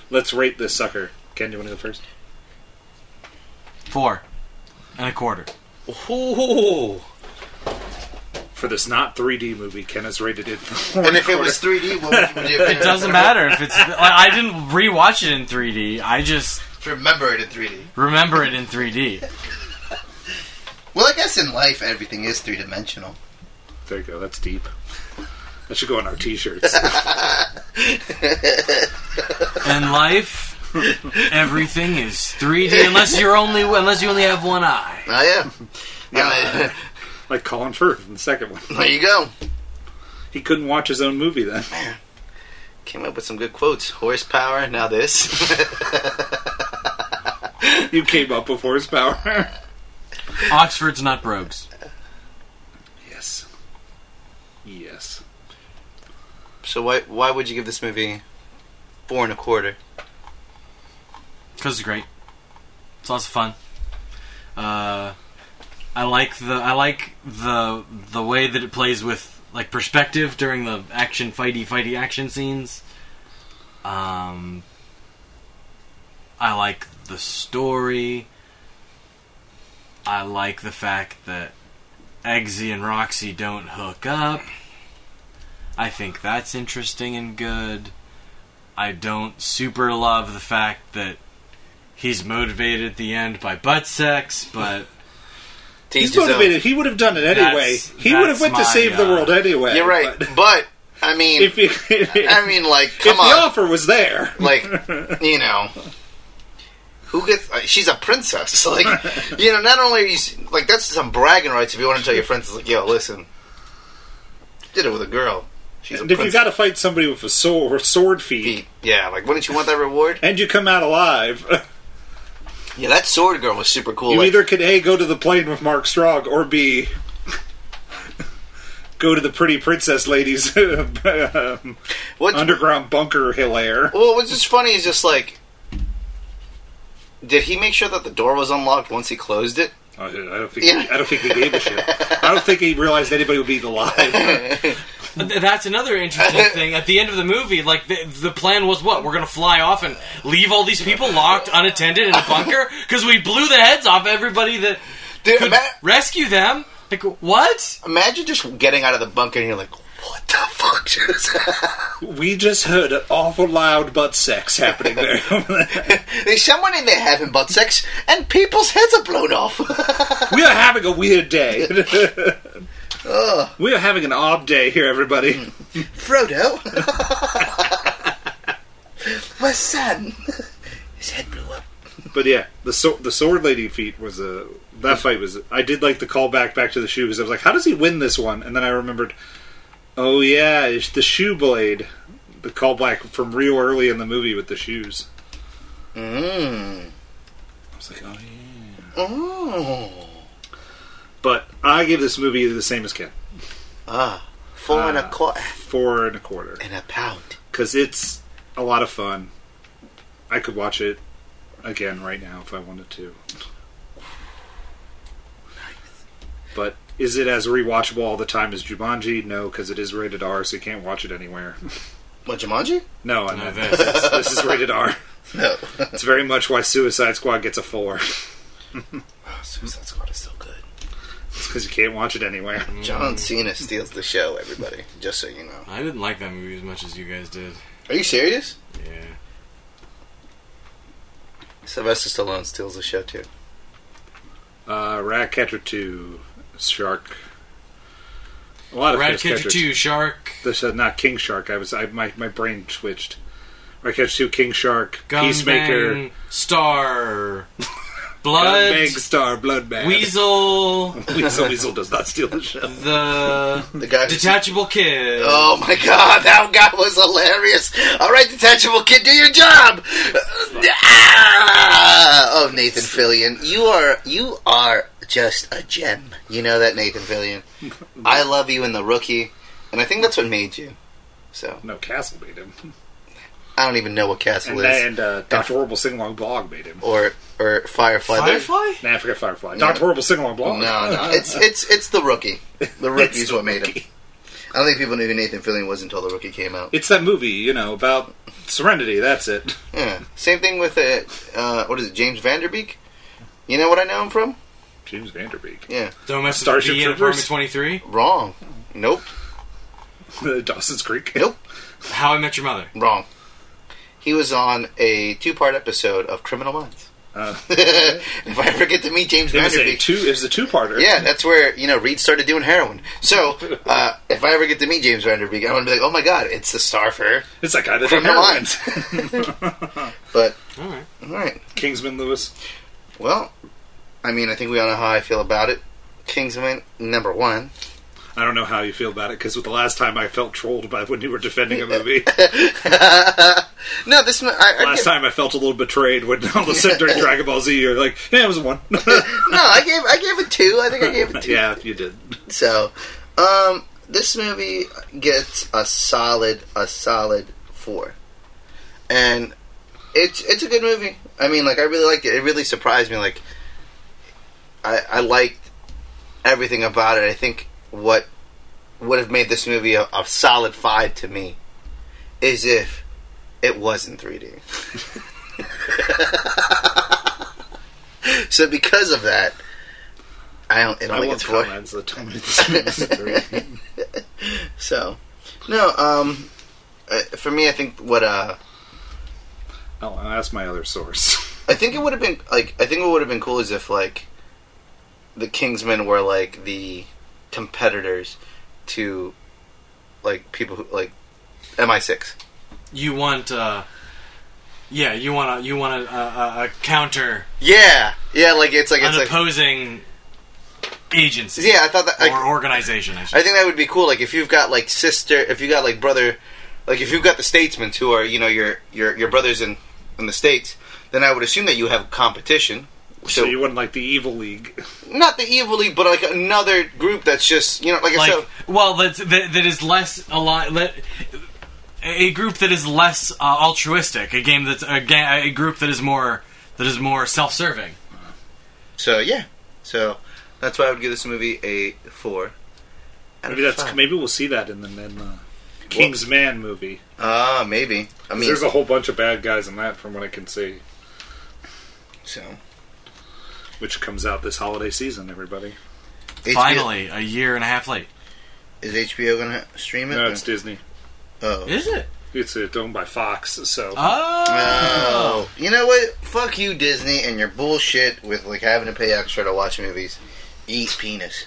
Speaker 3: Let's rate this sucker. Ken, you want to go first?
Speaker 4: Four and a quarter.
Speaker 3: For this not 3D movie, Ken has rated it.
Speaker 5: And if it was 3D, what would you
Speaker 4: It doesn't matter if it's. Like, I didn't rewatch it in 3D. I just
Speaker 5: Remember it in 3D.
Speaker 4: remember it in 3D.
Speaker 5: Well, I guess in life everything is three dimensional.
Speaker 3: there you go. That's deep. That should go on our T-shirts.
Speaker 4: In life, everything is 3D unless you're only unless you only have one eye.
Speaker 5: Oh yeah.
Speaker 3: Yeah. like Colin Firth in the second one.
Speaker 5: there you go.
Speaker 3: He couldn't watch his own movie then.
Speaker 5: Came up with some good quotes. Horsepower. Now this.
Speaker 3: You came up with horsepower.
Speaker 4: Oxford's not brogues.
Speaker 3: yes. Yes.
Speaker 5: so why why would you give this movie four and a quarter?
Speaker 4: Cause it's great. It's lots of fun. Uh, I like the I like the the way that it plays with like perspective during the action fighty fighty action scenes. Um, I like the story. I like the fact that Eggsy and Roxy don't hook up. I think that's interesting and good. I don't super love the fact that he's motivated at the end by butt sex, but
Speaker 5: Teach
Speaker 3: He's
Speaker 5: his own.
Speaker 3: motivated. He would have done it anyway.
Speaker 4: That's-
Speaker 3: he would have
Speaker 4: that's
Speaker 3: went to
Speaker 4: my,
Speaker 3: save the
Speaker 4: uh,
Speaker 3: world anyway.
Speaker 5: You're right,
Speaker 3: but
Speaker 5: but I mean,
Speaker 3: If, he-
Speaker 5: I mean, like,
Speaker 3: if
Speaker 5: come
Speaker 3: the
Speaker 5: on,
Speaker 3: offer was there,
Speaker 5: like, you know. Who gets? Uh, she's a princess. Like, you know, not only are you s- like that's some bragging rights. If you want to tell your friends, it's like, yo, listen, did it with a girl. She's a
Speaker 3: and if you
Speaker 5: princess.
Speaker 3: got to fight somebody with a sword, sword feed,
Speaker 5: Yeah, like, wouldn't you want that reward?
Speaker 3: and you come out alive,
Speaker 5: Yeah, that sword girl was super cool.
Speaker 3: You
Speaker 5: like-
Speaker 3: either can A, go to the plane with Mark Strong, or B, go to the pretty princess ladies um,
Speaker 5: what's,
Speaker 3: underground bunker hilaire.
Speaker 5: Well, what's just funny is just like, did he make sure that the door was unlocked once he closed it?
Speaker 3: I don't think I don't think he gave a shit. I don't think he realized anybody would be alive.
Speaker 4: But th- That's another interesting thing. At the end of the movie, like the, the plan was what? We're gonna fly off and leave all these people locked, unattended in a bunker because we blew the heads off everybody that
Speaker 5: Dude,
Speaker 4: could
Speaker 5: ima-
Speaker 4: rescue them. Like what?
Speaker 5: imagine just getting out of the bunker and you're like, what the fuck just
Speaker 3: We just heard an awful loud butt sex happening there.
Speaker 5: There's someone in there having butt sex and people's heads are blown off.
Speaker 3: we are having a weird day. we are having an odd day here, everybody.
Speaker 5: Frodo? My son. His head blew up.
Speaker 3: But yeah, the so- the sword lady feat was a that fight was. I did like the callback back to the shoe because I was like, how does he win this one? And then I remembered, oh yeah, it's the shoe blade. The callback from real early in the movie with the shoes.
Speaker 5: Mmm.
Speaker 3: I was like, oh yeah.
Speaker 5: Oh.
Speaker 3: But I give this movie the same as Ken,
Speaker 5: Ah. Four and a quarter
Speaker 3: four and a quarter,
Speaker 5: and a pound.
Speaker 3: because it's a lot of fun. I could watch it again right now if I wanted to. But is it as rewatchable all the time as Jumanji? No, because it is rated R, so you can't watch it anywhere.
Speaker 5: What, Jumanji?
Speaker 3: No, I know
Speaker 4: No,
Speaker 3: this, is- this is rated R.
Speaker 5: No.
Speaker 3: It's very much why Suicide Squad gets a four,
Speaker 5: Suicide Squad is so good.
Speaker 3: because you can't watch it anywhere.
Speaker 5: John Cena steals the show, everybody. Just so you know.
Speaker 4: I didn't like that movie as much as you guys did.
Speaker 5: Are you serious?
Speaker 4: Yeah.
Speaker 5: Sylvester Stallone steals the show too.
Speaker 3: Uh, Ratcatcher Two, Shark. A lot of
Speaker 4: Rat
Speaker 3: Chris
Speaker 4: Catcher
Speaker 3: Catchers.
Speaker 4: Two, Shark,
Speaker 3: This uh, not King Shark. I was I my, my brain switched. Ratcatcher Two, King Shark,
Speaker 4: Gun
Speaker 3: Peacemaker,
Speaker 4: Bang, Star,
Speaker 3: Gun
Speaker 4: Blood,
Speaker 3: Bang Star, Bloodman.
Speaker 4: Weasel,
Speaker 3: Weasel Weasel does not steal the show.
Speaker 4: the
Speaker 5: The guy. who-
Speaker 4: Detachable Kid.
Speaker 5: Oh my god, that guy was hilarious. All right, detachable kid, do your job. Ah! Oh, Nathan Fillion, you are you are just a gem. You know that Nathan Fillion. I love you in the rookie, and I think that's what made you. So
Speaker 3: No, Castle made him,
Speaker 5: I don't even know what Castle
Speaker 3: and,
Speaker 5: is,
Speaker 3: and uh, Doctor Horrible Sing Along Blog made him.
Speaker 5: or or Firefly. They're-
Speaker 4: Firefly?
Speaker 3: Nah, I forget Firefly. Doctor Horrible Sing Along
Speaker 5: No,
Speaker 3: Blog.
Speaker 5: no, it's it's it's the rookie. The rookie's
Speaker 3: It's
Speaker 5: what made him. I don't think people knew who Nathan Fillion was until the rookie came out.
Speaker 3: It's that movie, you know, about Serenity. That's it.
Speaker 5: Yeah. Same thing with uh, uh, what is it, James Vanderbeek? You know what I know him from?
Speaker 3: James Vanderbeek,
Speaker 4: Don't mess with
Speaker 3: Starship
Speaker 4: the D in
Speaker 3: Troopers?
Speaker 4: Apartment 23.
Speaker 5: Wrong. Nope.
Speaker 3: Dawson's Creek.
Speaker 5: Nope.
Speaker 4: How I Met Your Mother.
Speaker 5: Wrong. He was on a two-part episode of Criminal Minds.
Speaker 3: Uh.
Speaker 5: if I ever get to meet James
Speaker 3: It was a
Speaker 5: Vanderbeek,
Speaker 3: two. It was a two-parter.
Speaker 5: yeah, that's where you know Reed started doing heroin. So uh, if I ever get to meet James Vanderbeek, I'm gonna be like, oh my god, it's the star for
Speaker 3: it's that guy that did
Speaker 5: Criminal
Speaker 3: heroin.
Speaker 5: Minds. but
Speaker 4: All right.
Speaker 5: all right,
Speaker 3: Kingsman Lewis.
Speaker 5: well, I mean, I think we all know how I feel about it. Kingsman number one.
Speaker 3: I don't know how you feel about it because the last time I felt trolled by when you were defending a movie.
Speaker 5: no, this mo- I, I
Speaker 3: Last
Speaker 5: give-
Speaker 3: time I felt a little betrayed when all of a sudden during Dragon Ball Z you're like, yeah, it was one.
Speaker 5: no, I gave I gave it two. I think I gave it two.
Speaker 3: yeah, you did.
Speaker 5: So, um, this movie gets a solid, a solid four, and it's it's a good movie. I mean, like I really liked it. It really surprised me. Like, I I liked everything about it. I think what would have made this movie a, a solid five to me is if it was in 3D. so because of that, I don't. I don't
Speaker 3: I
Speaker 5: think
Speaker 3: won't
Speaker 5: it's four.
Speaker 3: comment the time this three.
Speaker 5: So, no, um, uh, for me, I think what, uh,
Speaker 3: Oh, I'll ask my other source.
Speaker 5: I think it would have been, like, I think what would have been cool is if, like, the Kingsmen were, like, the competitors to, like, people who, like, MI6.
Speaker 4: You want, uh, yeah, you want a, you want a, a, a counter,
Speaker 5: Yeah! Yeah, like, it's like,
Speaker 4: an
Speaker 5: it's like,
Speaker 4: opposing agency.
Speaker 5: yeah, I thought that, like,
Speaker 4: Or organization, I should
Speaker 5: I think that would be cool. Like if you've got like sister, if you got like brother, like if you've got the statesmen who are you know your your your brothers in in the states, then I would assume that you have competition.
Speaker 3: So, you wouldn't like the Evil League.
Speaker 5: not the evil league, but like another group that's just you know, like, I
Speaker 4: like
Speaker 5: said,
Speaker 4: well that's, that that is less a lot let, a group that is less uh, altruistic a game that's a, ga- a group that is more that is more self-serving
Speaker 5: so yeah, so that's why I would give this movie a four. out of
Speaker 3: Maybe that's
Speaker 5: five.
Speaker 3: maybe we'll see that in the, in the King's Man movie.
Speaker 5: ah maybe. I mean,
Speaker 3: There's a whole bunch of bad guys in that, from what I can see,
Speaker 5: so
Speaker 3: which comes out this holiday season. Everybody,
Speaker 5: HBO
Speaker 4: finally a year and a half late
Speaker 5: is HBO gonna stream it?
Speaker 3: no, it's Disney.
Speaker 5: oh.
Speaker 4: is it
Speaker 3: It's uh, owned by Fox, so
Speaker 4: oh
Speaker 5: Oh, you know what? Fuck you, Disney, and your bullshit with like having to pay extra to watch movies. Eat penis.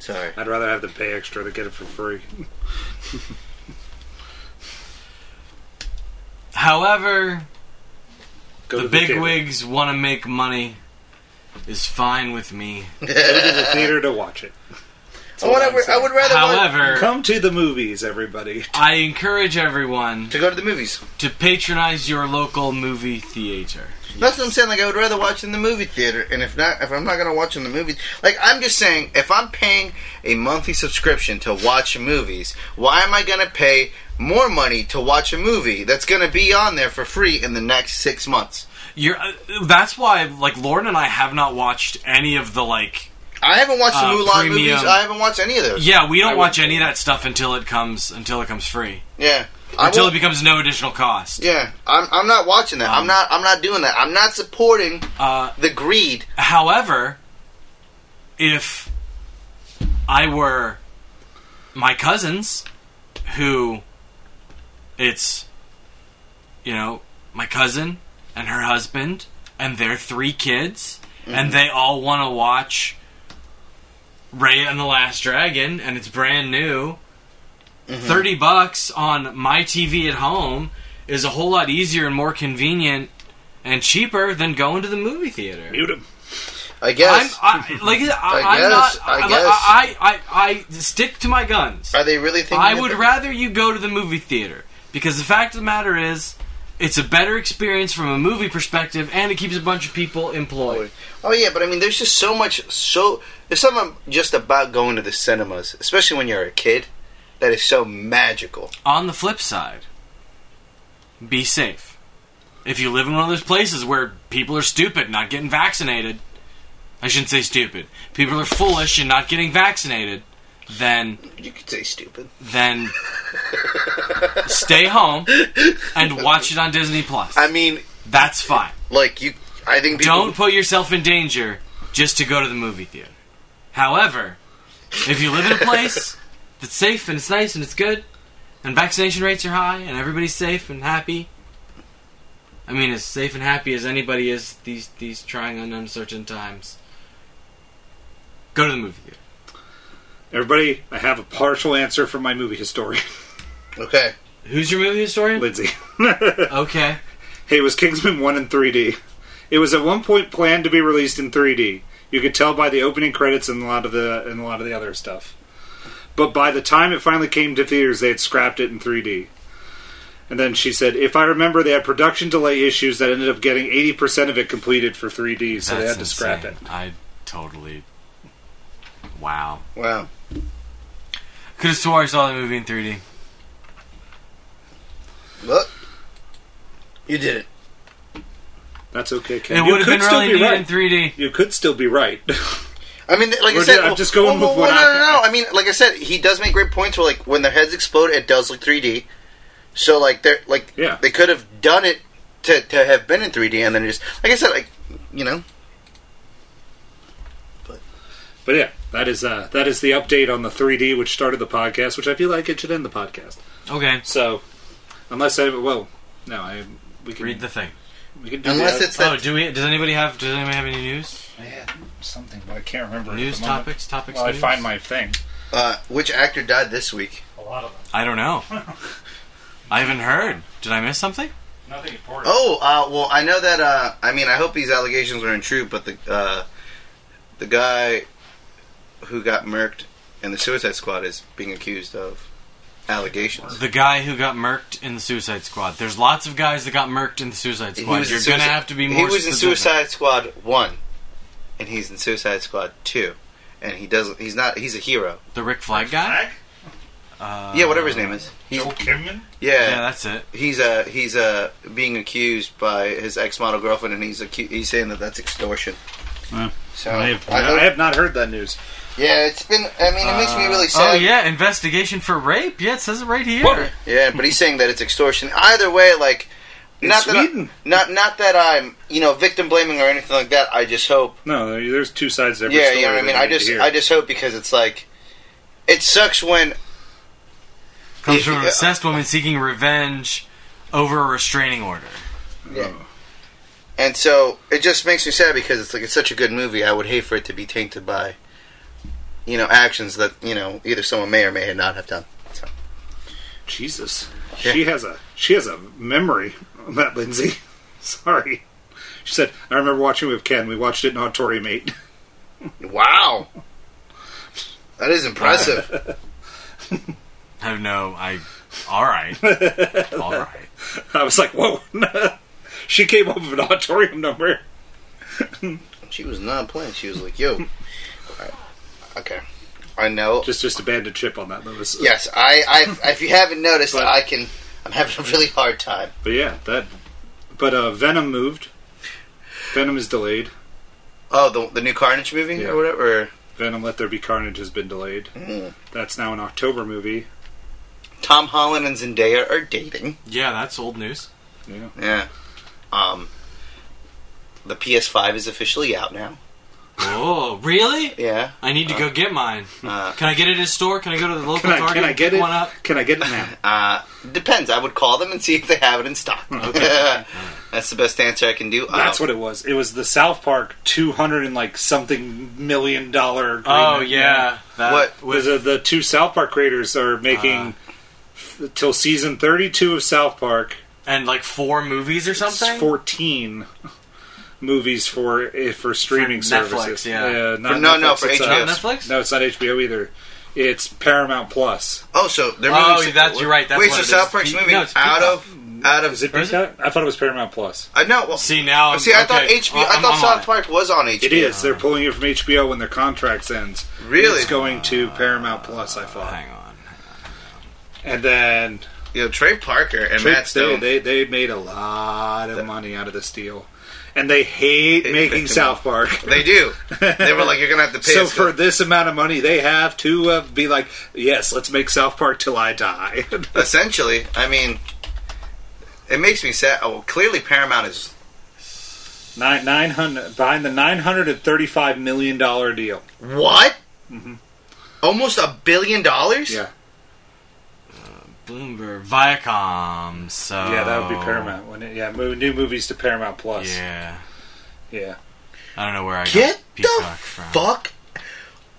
Speaker 5: Sorry.
Speaker 3: I'd rather have to pay extra to get it for free.
Speaker 4: however
Speaker 3: Go
Speaker 4: the
Speaker 3: to
Speaker 4: big
Speaker 3: theater.
Speaker 4: wigs want to make money is fine with me
Speaker 3: Go to the theater to watch it.
Speaker 5: I, wanna- I would rather want-
Speaker 4: however
Speaker 3: Come to the movies, everybody.
Speaker 4: i encourage everyone
Speaker 5: to go to the movies.
Speaker 4: to patronize your local movie theater
Speaker 5: That's what I'm saying. Like I would rather watch in the movie theater, and if not, if I'm not gonna watch in the movie, like I'm just saying, if I'm paying a monthly subscription to watch movies, why am I gonna pay more money to watch a movie that's gonna be on there for free in the next six months?
Speaker 4: You're, uh, that's why, like, Lauren and I have not watched any of the like.
Speaker 5: I haven't watched
Speaker 4: Uh,
Speaker 5: the Mulan
Speaker 4: premium.
Speaker 5: movies. I haven't watched any of those.
Speaker 4: Yeah, we don't
Speaker 5: I
Speaker 4: watch
Speaker 5: would-
Speaker 4: any of that stuff until it comes until it comes free,
Speaker 5: yeah. I
Speaker 4: until it
Speaker 5: won't-
Speaker 4: becomes no additional cost.
Speaker 5: Yeah, I'm, I'm not watching that.
Speaker 4: Um,
Speaker 5: I'm not I'm not doing that. I'm not supporting
Speaker 4: Uh,
Speaker 5: the greed.
Speaker 4: however, if I were my cousins, who it's you know my cousin and her husband and their three kids, and they all want to watch Ray and the Last Dragon, and it's brand new. Thirty bucks on my TV at home is a whole lot easier and more convenient and cheaper than going to the movie theater.
Speaker 3: Mute 'em.
Speaker 5: I guess.
Speaker 4: I'm uh, I, like I,
Speaker 5: I
Speaker 4: I am
Speaker 5: guess,
Speaker 4: not.
Speaker 5: I
Speaker 4: I,
Speaker 5: guess.
Speaker 4: I, I, I, stick to my guns.
Speaker 5: Are they really thinking?
Speaker 4: I
Speaker 5: that
Speaker 4: would
Speaker 5: they're-
Speaker 4: rather you go to the movie theater because the fact of the matter is, it's a better experience from a movie perspective, and it keeps a bunch of people employed.
Speaker 5: Oh yeah, but I mean, there's just so much. So there's something just about going to the cinemas, especially when you're a kid, that is so magical.
Speaker 4: On the flip side, be safe. If you live in one of those places where people are stupid, not getting vaccinated, I shouldn't say stupid. People are foolish and not getting vaccinated, then
Speaker 5: You could say stupid.
Speaker 4: then stay home and watch it on Disney Plus.
Speaker 5: I mean,
Speaker 4: That's fine.
Speaker 5: like you. I think people,
Speaker 4: Don't put yourself in danger just to go to the movie theater. However, if you live in a place that's safe and it's nice and it's good, and vaccination rates are high and everybody's safe and happy, I mean as safe and happy as anybody is these these trying and uncertain times. Go to the movie theater.
Speaker 3: Everybody, I have a partial answer from my movie historian,
Speaker 5: Okay.
Speaker 4: Who's your movie historian?
Speaker 3: Lindsay.
Speaker 4: Okay.
Speaker 3: Hey, it was Kingsman 1 in 3D. It was at one point planned to be released in 3D. You could tell by the opening credits and a lot of the and a lot of the other stuff. But by the time it finally came to theaters, they had scrapped it in 3D. And then she said, "If I remember, they had production delay issues that ended up getting 80% of it completed for 3D, so they had to scrap it."
Speaker 4: I totally. Wow.
Speaker 5: Wow.
Speaker 4: Could have swore I saw that movie in 3D.
Speaker 5: Look. You did it.
Speaker 3: That's okay, Ken.
Speaker 4: It
Speaker 3: You
Speaker 4: would have
Speaker 3: could
Speaker 4: been
Speaker 3: still
Speaker 4: really
Speaker 3: be
Speaker 4: neat
Speaker 3: right.
Speaker 4: in 3D.
Speaker 3: You could still be right.
Speaker 5: I mean, like I
Speaker 3: We're
Speaker 5: said,
Speaker 3: ju- I'm just going with what
Speaker 5: no,
Speaker 3: I-
Speaker 5: no, no, no. I mean, like I said, he does make great points. Where like when their heads explode, it does look 3D. So like they're like
Speaker 3: Yeah.
Speaker 5: they could have done it to to have been in 3D, and then just like I said, like you know,
Speaker 3: but yeah, that is uh, that is the update on the 3D, which started the podcast, which I feel like it should end the podcast.
Speaker 4: Okay.
Speaker 3: So, unless I well, no, I we can
Speaker 4: Read the thing.
Speaker 3: we can do
Speaker 5: unless
Speaker 3: that.
Speaker 5: it's
Speaker 4: Oh,
Speaker 5: that
Speaker 4: do we? Does anybody have? Does anybody have any news?
Speaker 3: I had something, but I can't remember. at
Speaker 4: News
Speaker 3: the moment.
Speaker 4: topics? Topics?
Speaker 3: Well, I
Speaker 4: news?
Speaker 3: find my thing.
Speaker 5: uh, which actor died this week.
Speaker 3: A lot of them.
Speaker 4: I don't know. I haven't heard. Did I miss something?
Speaker 3: Nothing important.
Speaker 5: Oh, uh, well, I know that. Uh, I mean, I hope these allegations are untrue, but the uh, the guy who got murked in the Suicide Squad is being accused of allegations.
Speaker 4: The guy who got murked in the Suicide Squad. There's lots of guys that got murked in the Suicide
Speaker 5: He
Speaker 4: Squad.
Speaker 5: was in
Speaker 4: You're
Speaker 5: Suicide-
Speaker 4: gonna have to be more.
Speaker 5: He was in
Speaker 4: specific.
Speaker 5: Suicide Squad one, and he's in Suicide Squad two, and he doesn't. He's not. He's a hero.
Speaker 4: The Rick Flag
Speaker 3: Oh.
Speaker 4: guy. Uh,
Speaker 5: yeah, whatever his name is. He's
Speaker 6: Joel Kinnaman?
Speaker 5: yeah.
Speaker 4: Yeah, that's it.
Speaker 5: He's uh he's uh being accused by his ex model girlfriend, and he's acu- he's saying that that's extortion.
Speaker 3: Wow.
Speaker 5: So
Speaker 3: I have,
Speaker 5: I
Speaker 3: Uh, I,
Speaker 5: hope-
Speaker 3: have not heard that news.
Speaker 5: yeah, it's been. I mean, it makes me really
Speaker 3: Uh,
Speaker 4: Oh
Speaker 5: sad.
Speaker 4: yeah, investigation for rape. Yeah, it says it right here.
Speaker 5: Yeah, but he's saying that it's extortion. Either way, like
Speaker 3: In
Speaker 5: not
Speaker 3: Sweden.
Speaker 5: that I, not not that I'm you know victim blaming or anything like that. I just hope.
Speaker 3: No, there's two sides to every
Speaker 5: yeah,
Speaker 3: story.
Speaker 5: you know what I
Speaker 3: that
Speaker 5: mean.
Speaker 3: we
Speaker 5: I
Speaker 3: need to
Speaker 5: just
Speaker 3: hear.
Speaker 5: I just hope because it's like it sucks when
Speaker 4: Comes from an
Speaker 5: Yeah.
Speaker 4: obsessed woman seeking revenge over a restraining order.
Speaker 5: yeah. And so it just makes me sad because it's like it's such a good movie. I would hate for it to be tainted by, you know, actions that you know either someone may or may not have done.
Speaker 3: Jesus, she has a she has a memory on that Lindsay. Sorry, she said. I remember watching with Ken. We watched it in Auditorium Mate.
Speaker 5: Wow, that is impressive.
Speaker 4: I have Oh, no. I. All right. all right.
Speaker 3: I was like, whoa. she came up with an auditorium number.
Speaker 5: she was not playing. She was like, "Yo, Alright. okay, I know."
Speaker 3: Just just abandoned chip on that. that was,
Speaker 5: yes, I, I. If you haven't noticed,
Speaker 3: But-
Speaker 5: I can. I'm having a really hard time.
Speaker 3: But yeah, that. But uh, Venom moved. Venom is delayed.
Speaker 5: Oh, the the new Carnage movie
Speaker 3: Yeah.
Speaker 5: or whatever.
Speaker 3: Venom: Let There Be Carnage has been delayed. That's now an October movie.
Speaker 5: Tom Holland and Zendaya are dating.
Speaker 4: Yeah, that's old news.
Speaker 3: Yeah.
Speaker 5: Yeah. Um. The PS5 is officially out now.
Speaker 4: Oh, really?
Speaker 5: Yeah.
Speaker 4: I need to go get mine.
Speaker 5: Uh,
Speaker 4: Can I get it at a store? Can I go to the local
Speaker 3: Can I,
Speaker 4: Target
Speaker 3: can I
Speaker 4: and
Speaker 3: get
Speaker 4: pick
Speaker 3: it?
Speaker 4: one up?
Speaker 3: Can I get it now?
Speaker 5: Uh, depends. I would call them and see if they have it in stock. That's the best answer I can do.
Speaker 3: That's
Speaker 5: Uh,
Speaker 3: what it was. It was the South Park two hundred and like something million dollar. Agreement.
Speaker 4: Oh yeah. That
Speaker 5: What?
Speaker 4: was-
Speaker 3: the, the two South Park creators are
Speaker 4: Uh.
Speaker 3: making f- till season thirty-two of South Park.
Speaker 4: and like four movies or
Speaker 3: it's
Speaker 4: something.
Speaker 3: fourteen movies for eh, for streaming
Speaker 4: For Netflix,
Speaker 3: services.
Speaker 4: yeah.
Speaker 3: not
Speaker 5: For- no, no, for
Speaker 3: it's, uh,
Speaker 5: HBO.
Speaker 4: Not Netflix?
Speaker 3: No, it's not HBO either. It's Paramount Plus.
Speaker 5: Oh, so they're
Speaker 4: Oh,
Speaker 5: moving.
Speaker 4: that's- you're right, that's
Speaker 5: wait,
Speaker 4: what
Speaker 5: so
Speaker 4: it is.
Speaker 5: South Park's
Speaker 4: Pe-
Speaker 5: moving
Speaker 4: no, it's
Speaker 5: out of out of
Speaker 3: Is it
Speaker 5: I
Speaker 3: Peacock? I thought it was Paramount Plus.
Speaker 5: know. Well, see,
Speaker 4: See now. I'm-
Speaker 5: I thought
Speaker 4: Um, okay, Uh,
Speaker 5: HBO. I
Speaker 4: I'm- I'm
Speaker 5: thought
Speaker 4: on
Speaker 5: South
Speaker 4: it.
Speaker 5: Park was on HBO.
Speaker 3: It is. They're pulling it from HBO when their contracts ends.
Speaker 5: Really?
Speaker 3: It's going to Paramount Plus. I thought.
Speaker 4: Hang on.
Speaker 3: And then
Speaker 5: You know, Trey Parker and Matt
Speaker 3: they,
Speaker 5: Stone.
Speaker 3: they they made a lot of money out of this deal, and they hate
Speaker 5: They-
Speaker 3: making
Speaker 5: they-
Speaker 3: South Park.
Speaker 5: They do. They were like, "You're gonna have to pay."
Speaker 3: So
Speaker 5: us
Speaker 3: for this amount of money, they have to uh, be like, yes, let's make South Park till I die.
Speaker 5: essentially, I mean, it makes me sad. Oh, well, clearly Paramount is.
Speaker 3: Nine nine hundred behind the nine hundred and thirty five million dollar deal.
Speaker 5: What? Almost a billion dollars?
Speaker 3: Mm-hmm. Yeah,
Speaker 4: Bloomberg, Viacom. So
Speaker 3: yeah, that would be Paramount. When it, yeah, move, new movies to Paramount Plus.
Speaker 4: Oh. Yeah.
Speaker 3: yeah.
Speaker 4: I don't know where I
Speaker 5: Get
Speaker 4: got
Speaker 5: the
Speaker 4: Peacock from.
Speaker 5: fuck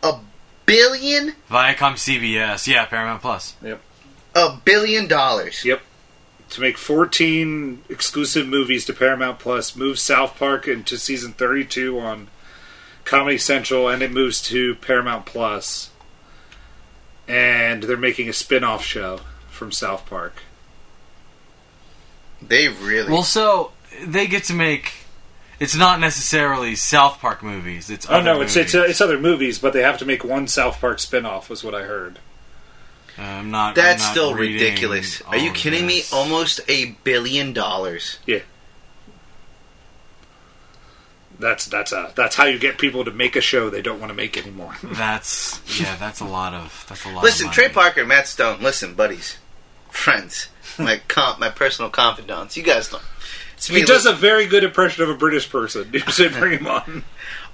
Speaker 5: a billion
Speaker 4: Viacom, CBS. Yeah, Paramount Plus.
Speaker 5: a billion dollars.
Speaker 3: Yeah. To make fourteen exclusive movies to Paramount Plus, move South Park into season thirty two on Comedy Central, and it moves to Paramount Plus. And they're making a spin off show from South Park.
Speaker 5: They really.
Speaker 4: Well, so they get to make. It's not necessarily South Park movies. It's
Speaker 3: Oh
Speaker 4: other
Speaker 3: no, it's it's, uh,
Speaker 4: movies.
Speaker 3: it's other movies, but they have to make one South Park spin-off was what I heard.
Speaker 4: Uh, I'm not. I'm
Speaker 5: that's
Speaker 4: not
Speaker 5: still
Speaker 4: reading
Speaker 5: ridiculous.
Speaker 4: all
Speaker 5: Are you
Speaker 4: of
Speaker 5: kidding
Speaker 4: this.
Speaker 5: me? Almost a billion dollars.
Speaker 3: That's that's uh that's how you get people to make a show they don't want to make anymore.
Speaker 4: That's yeah. That's a lot of. That's a lot.
Speaker 5: Listen,
Speaker 4: of
Speaker 5: Trey
Speaker 4: money.
Speaker 5: Parker and Matt Stone, listen, buddies, friends, my comp, my personal confidants. You guys don't. It's
Speaker 3: he
Speaker 5: me,
Speaker 3: does a very good impression of a British person. You should bring him on.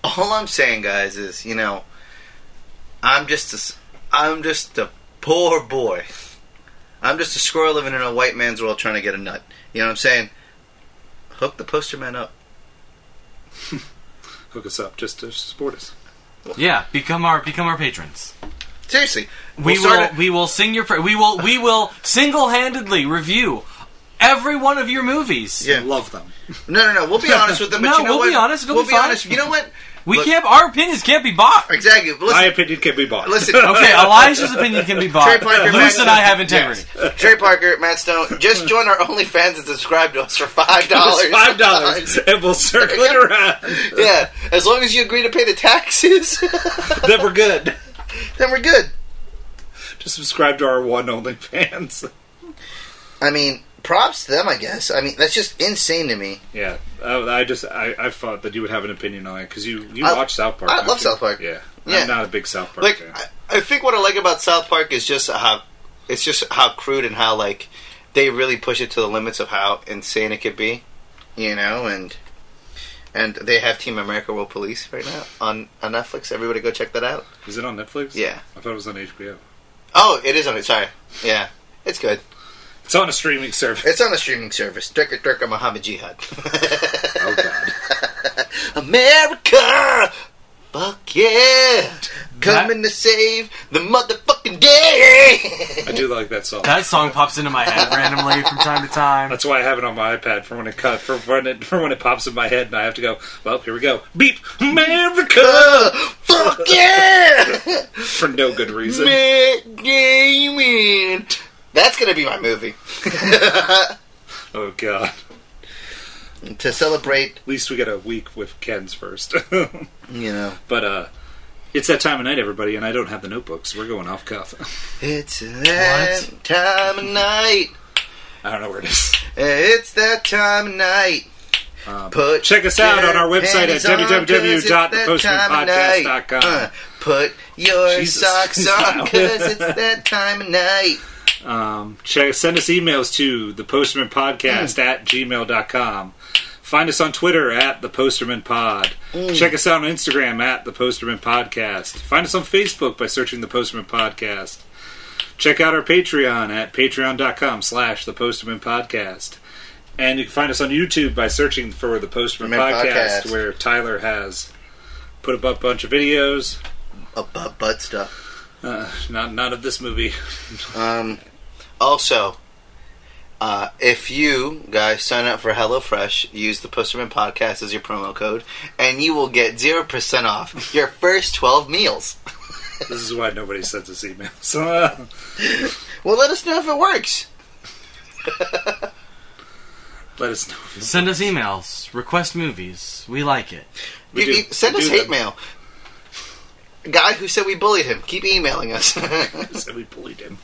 Speaker 5: all I'm saying, guys, is you know, I'm just a, s- I'm just a poor boy. I'm just a squirrel living in a white man's world trying to get a nut. You know what I'm saying? Hook the poster man up.
Speaker 3: Hook us up just to support us.
Speaker 4: Yeah, become our become our patrons.
Speaker 5: Seriously,
Speaker 4: We
Speaker 5: we'll
Speaker 4: will
Speaker 5: start a-
Speaker 4: we will sing your pra- we will we will single handedly review every one of your movies.
Speaker 5: Yeah.
Speaker 3: Love them.
Speaker 5: No, no, no. We'll be honest with them. But
Speaker 4: No,
Speaker 5: you know
Speaker 4: we'll
Speaker 5: what?
Speaker 4: be honest, it'll
Speaker 5: we'll
Speaker 4: be fine.
Speaker 5: honest. You know what?
Speaker 4: We
Speaker 5: Look-
Speaker 4: can't. Our opinions can't be bought.
Speaker 5: Exactly. But
Speaker 3: My
Speaker 5: listen,
Speaker 3: opinion can be bought.
Speaker 5: listen.
Speaker 4: Okay, Elijah's opinion can be
Speaker 5: Trey
Speaker 4: bought.
Speaker 5: Parker, Matt
Speaker 4: Luce and I
Speaker 5: Stone-
Speaker 4: have integrity.
Speaker 5: Yes. Trey Parker, Matt Stone, just join our OnlyFans and subscribe to us for five dollars.
Speaker 3: It's five dollars, and we'll circle it around.
Speaker 5: Yeah, as long as you agree to pay the taxes,
Speaker 3: then we're good.
Speaker 5: then we're good.
Speaker 3: Just subscribe to our one OnlyFans.
Speaker 5: I mean, props to them, I guess. I mean, that's just insane to me.
Speaker 3: Yeah, I, I just I, I thought that you would have an opinion on it because you you
Speaker 5: I-
Speaker 3: watch South Park.
Speaker 5: I
Speaker 3: don't
Speaker 5: love
Speaker 3: you?
Speaker 5: South Park.
Speaker 3: Yeah,
Speaker 5: Yeah.
Speaker 3: I'm not a big South Park
Speaker 5: Like,
Speaker 3: fan.
Speaker 5: I, I think what I like about South Park is just how it's just how crude and how like they really push it to the limits of how insane it could be, you know. And and they have Team America World Police right now on on Netflix. Everybody go check that out.
Speaker 3: Is it on Netflix?
Speaker 5: Yeah.
Speaker 3: I thought it was on HBO.
Speaker 5: Oh, it is on it. Sorry. Yeah. It's good.
Speaker 3: It's on a streaming service.
Speaker 5: It's on a streaming service. Durka Durka Muhammad Jihad.
Speaker 3: oh God.
Speaker 5: America! Fuck yeah! Coming to save the motherfucking day!
Speaker 3: I do like that song.
Speaker 4: That song pops into my head randomly from time to time.
Speaker 3: That's why I have it on my iPad for when it cut for when it for when it pops in my head and I have to go. Well, here we go. Beep, America,
Speaker 5: Uh, fuck yeah!
Speaker 3: for no good reason.
Speaker 5: Matt Damon! That's gonna be my movie.
Speaker 3: Oh God.
Speaker 5: to celebrate,
Speaker 3: At least we got a week with Ken's first.
Speaker 5: you know.
Speaker 3: but uh, it's that time of night, everybody, and I don't have the notebooks. We're going off cuff.
Speaker 5: It's that time of night.
Speaker 3: I don't know where it is.
Speaker 5: It's that time of night.
Speaker 3: Um,
Speaker 5: Put
Speaker 3: check us out on our website at
Speaker 5: panties on, 'cause it's that
Speaker 3: www.thepostmanpodcast.com.
Speaker 5: time of night. Uh, Put your
Speaker 3: Jesus.
Speaker 5: socks on because it's that time of night.
Speaker 3: Um, check, send us emails to the Posterman Podcast at gmail.com. Find us on Twitter at the Posterman Pod. Check us out on Instagram at the Posterman Podcast. Find us on Facebook by searching the Posterman Podcast. Check out our Patreon at patreon.com slash the Posterman Podcast. And you can find us on YouTube by searching for the Posterman
Speaker 5: Man
Speaker 3: Podcast,
Speaker 5: Podcast.
Speaker 3: where Tyler has put up a bunch of videos.
Speaker 5: About butt stuff.
Speaker 3: Uh, not not of this movie.
Speaker 5: Um, also, uh, if you guys sign up for HelloFresh, use the Posterman Podcast as your promo code, and you will get 0% off your first 12 meals.
Speaker 3: This is why nobody sends us emails. Uh,
Speaker 5: Well, let us know if it works.
Speaker 3: let us know. if you
Speaker 4: Send us emails, request movies. We like it.
Speaker 3: We
Speaker 5: You-
Speaker 3: do-
Speaker 5: you- e-, send
Speaker 3: we
Speaker 5: us
Speaker 3: do
Speaker 5: hate
Speaker 3: them.
Speaker 5: mail. Guy who said we bullied him, keep emailing us.
Speaker 3: So we bullied him.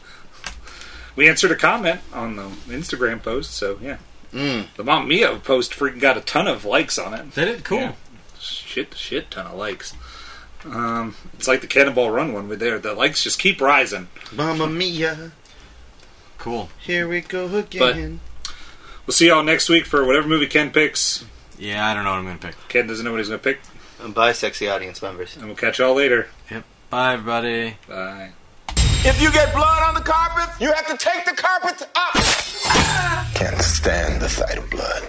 Speaker 3: We answered a comment on the Instagram post, so yeah.
Speaker 5: Mm.
Speaker 3: The Mom Mia post freaking got a ton of likes on it.
Speaker 4: Did it? Cool.
Speaker 3: Yeah. Shit, shit ton of likes. Um, it's like the Cannonball Run one with there. The likes just keep rising.
Speaker 5: Mamma mia,
Speaker 4: Cool.
Speaker 5: here we go
Speaker 3: again. We'll see y'all next week for whatever movie Ken picks.
Speaker 4: Yeah, I don't know what I'm gonna pick.
Speaker 3: Ken doesn't know what he's going to pick,
Speaker 5: Bye, sexy audience members.
Speaker 3: and we'll catch y'all later.
Speaker 4: Bye, everybody.
Speaker 3: Bye.
Speaker 6: If you get blood on the carpet, you have to take the carpet up.
Speaker 2: Can't stand the sight of blood.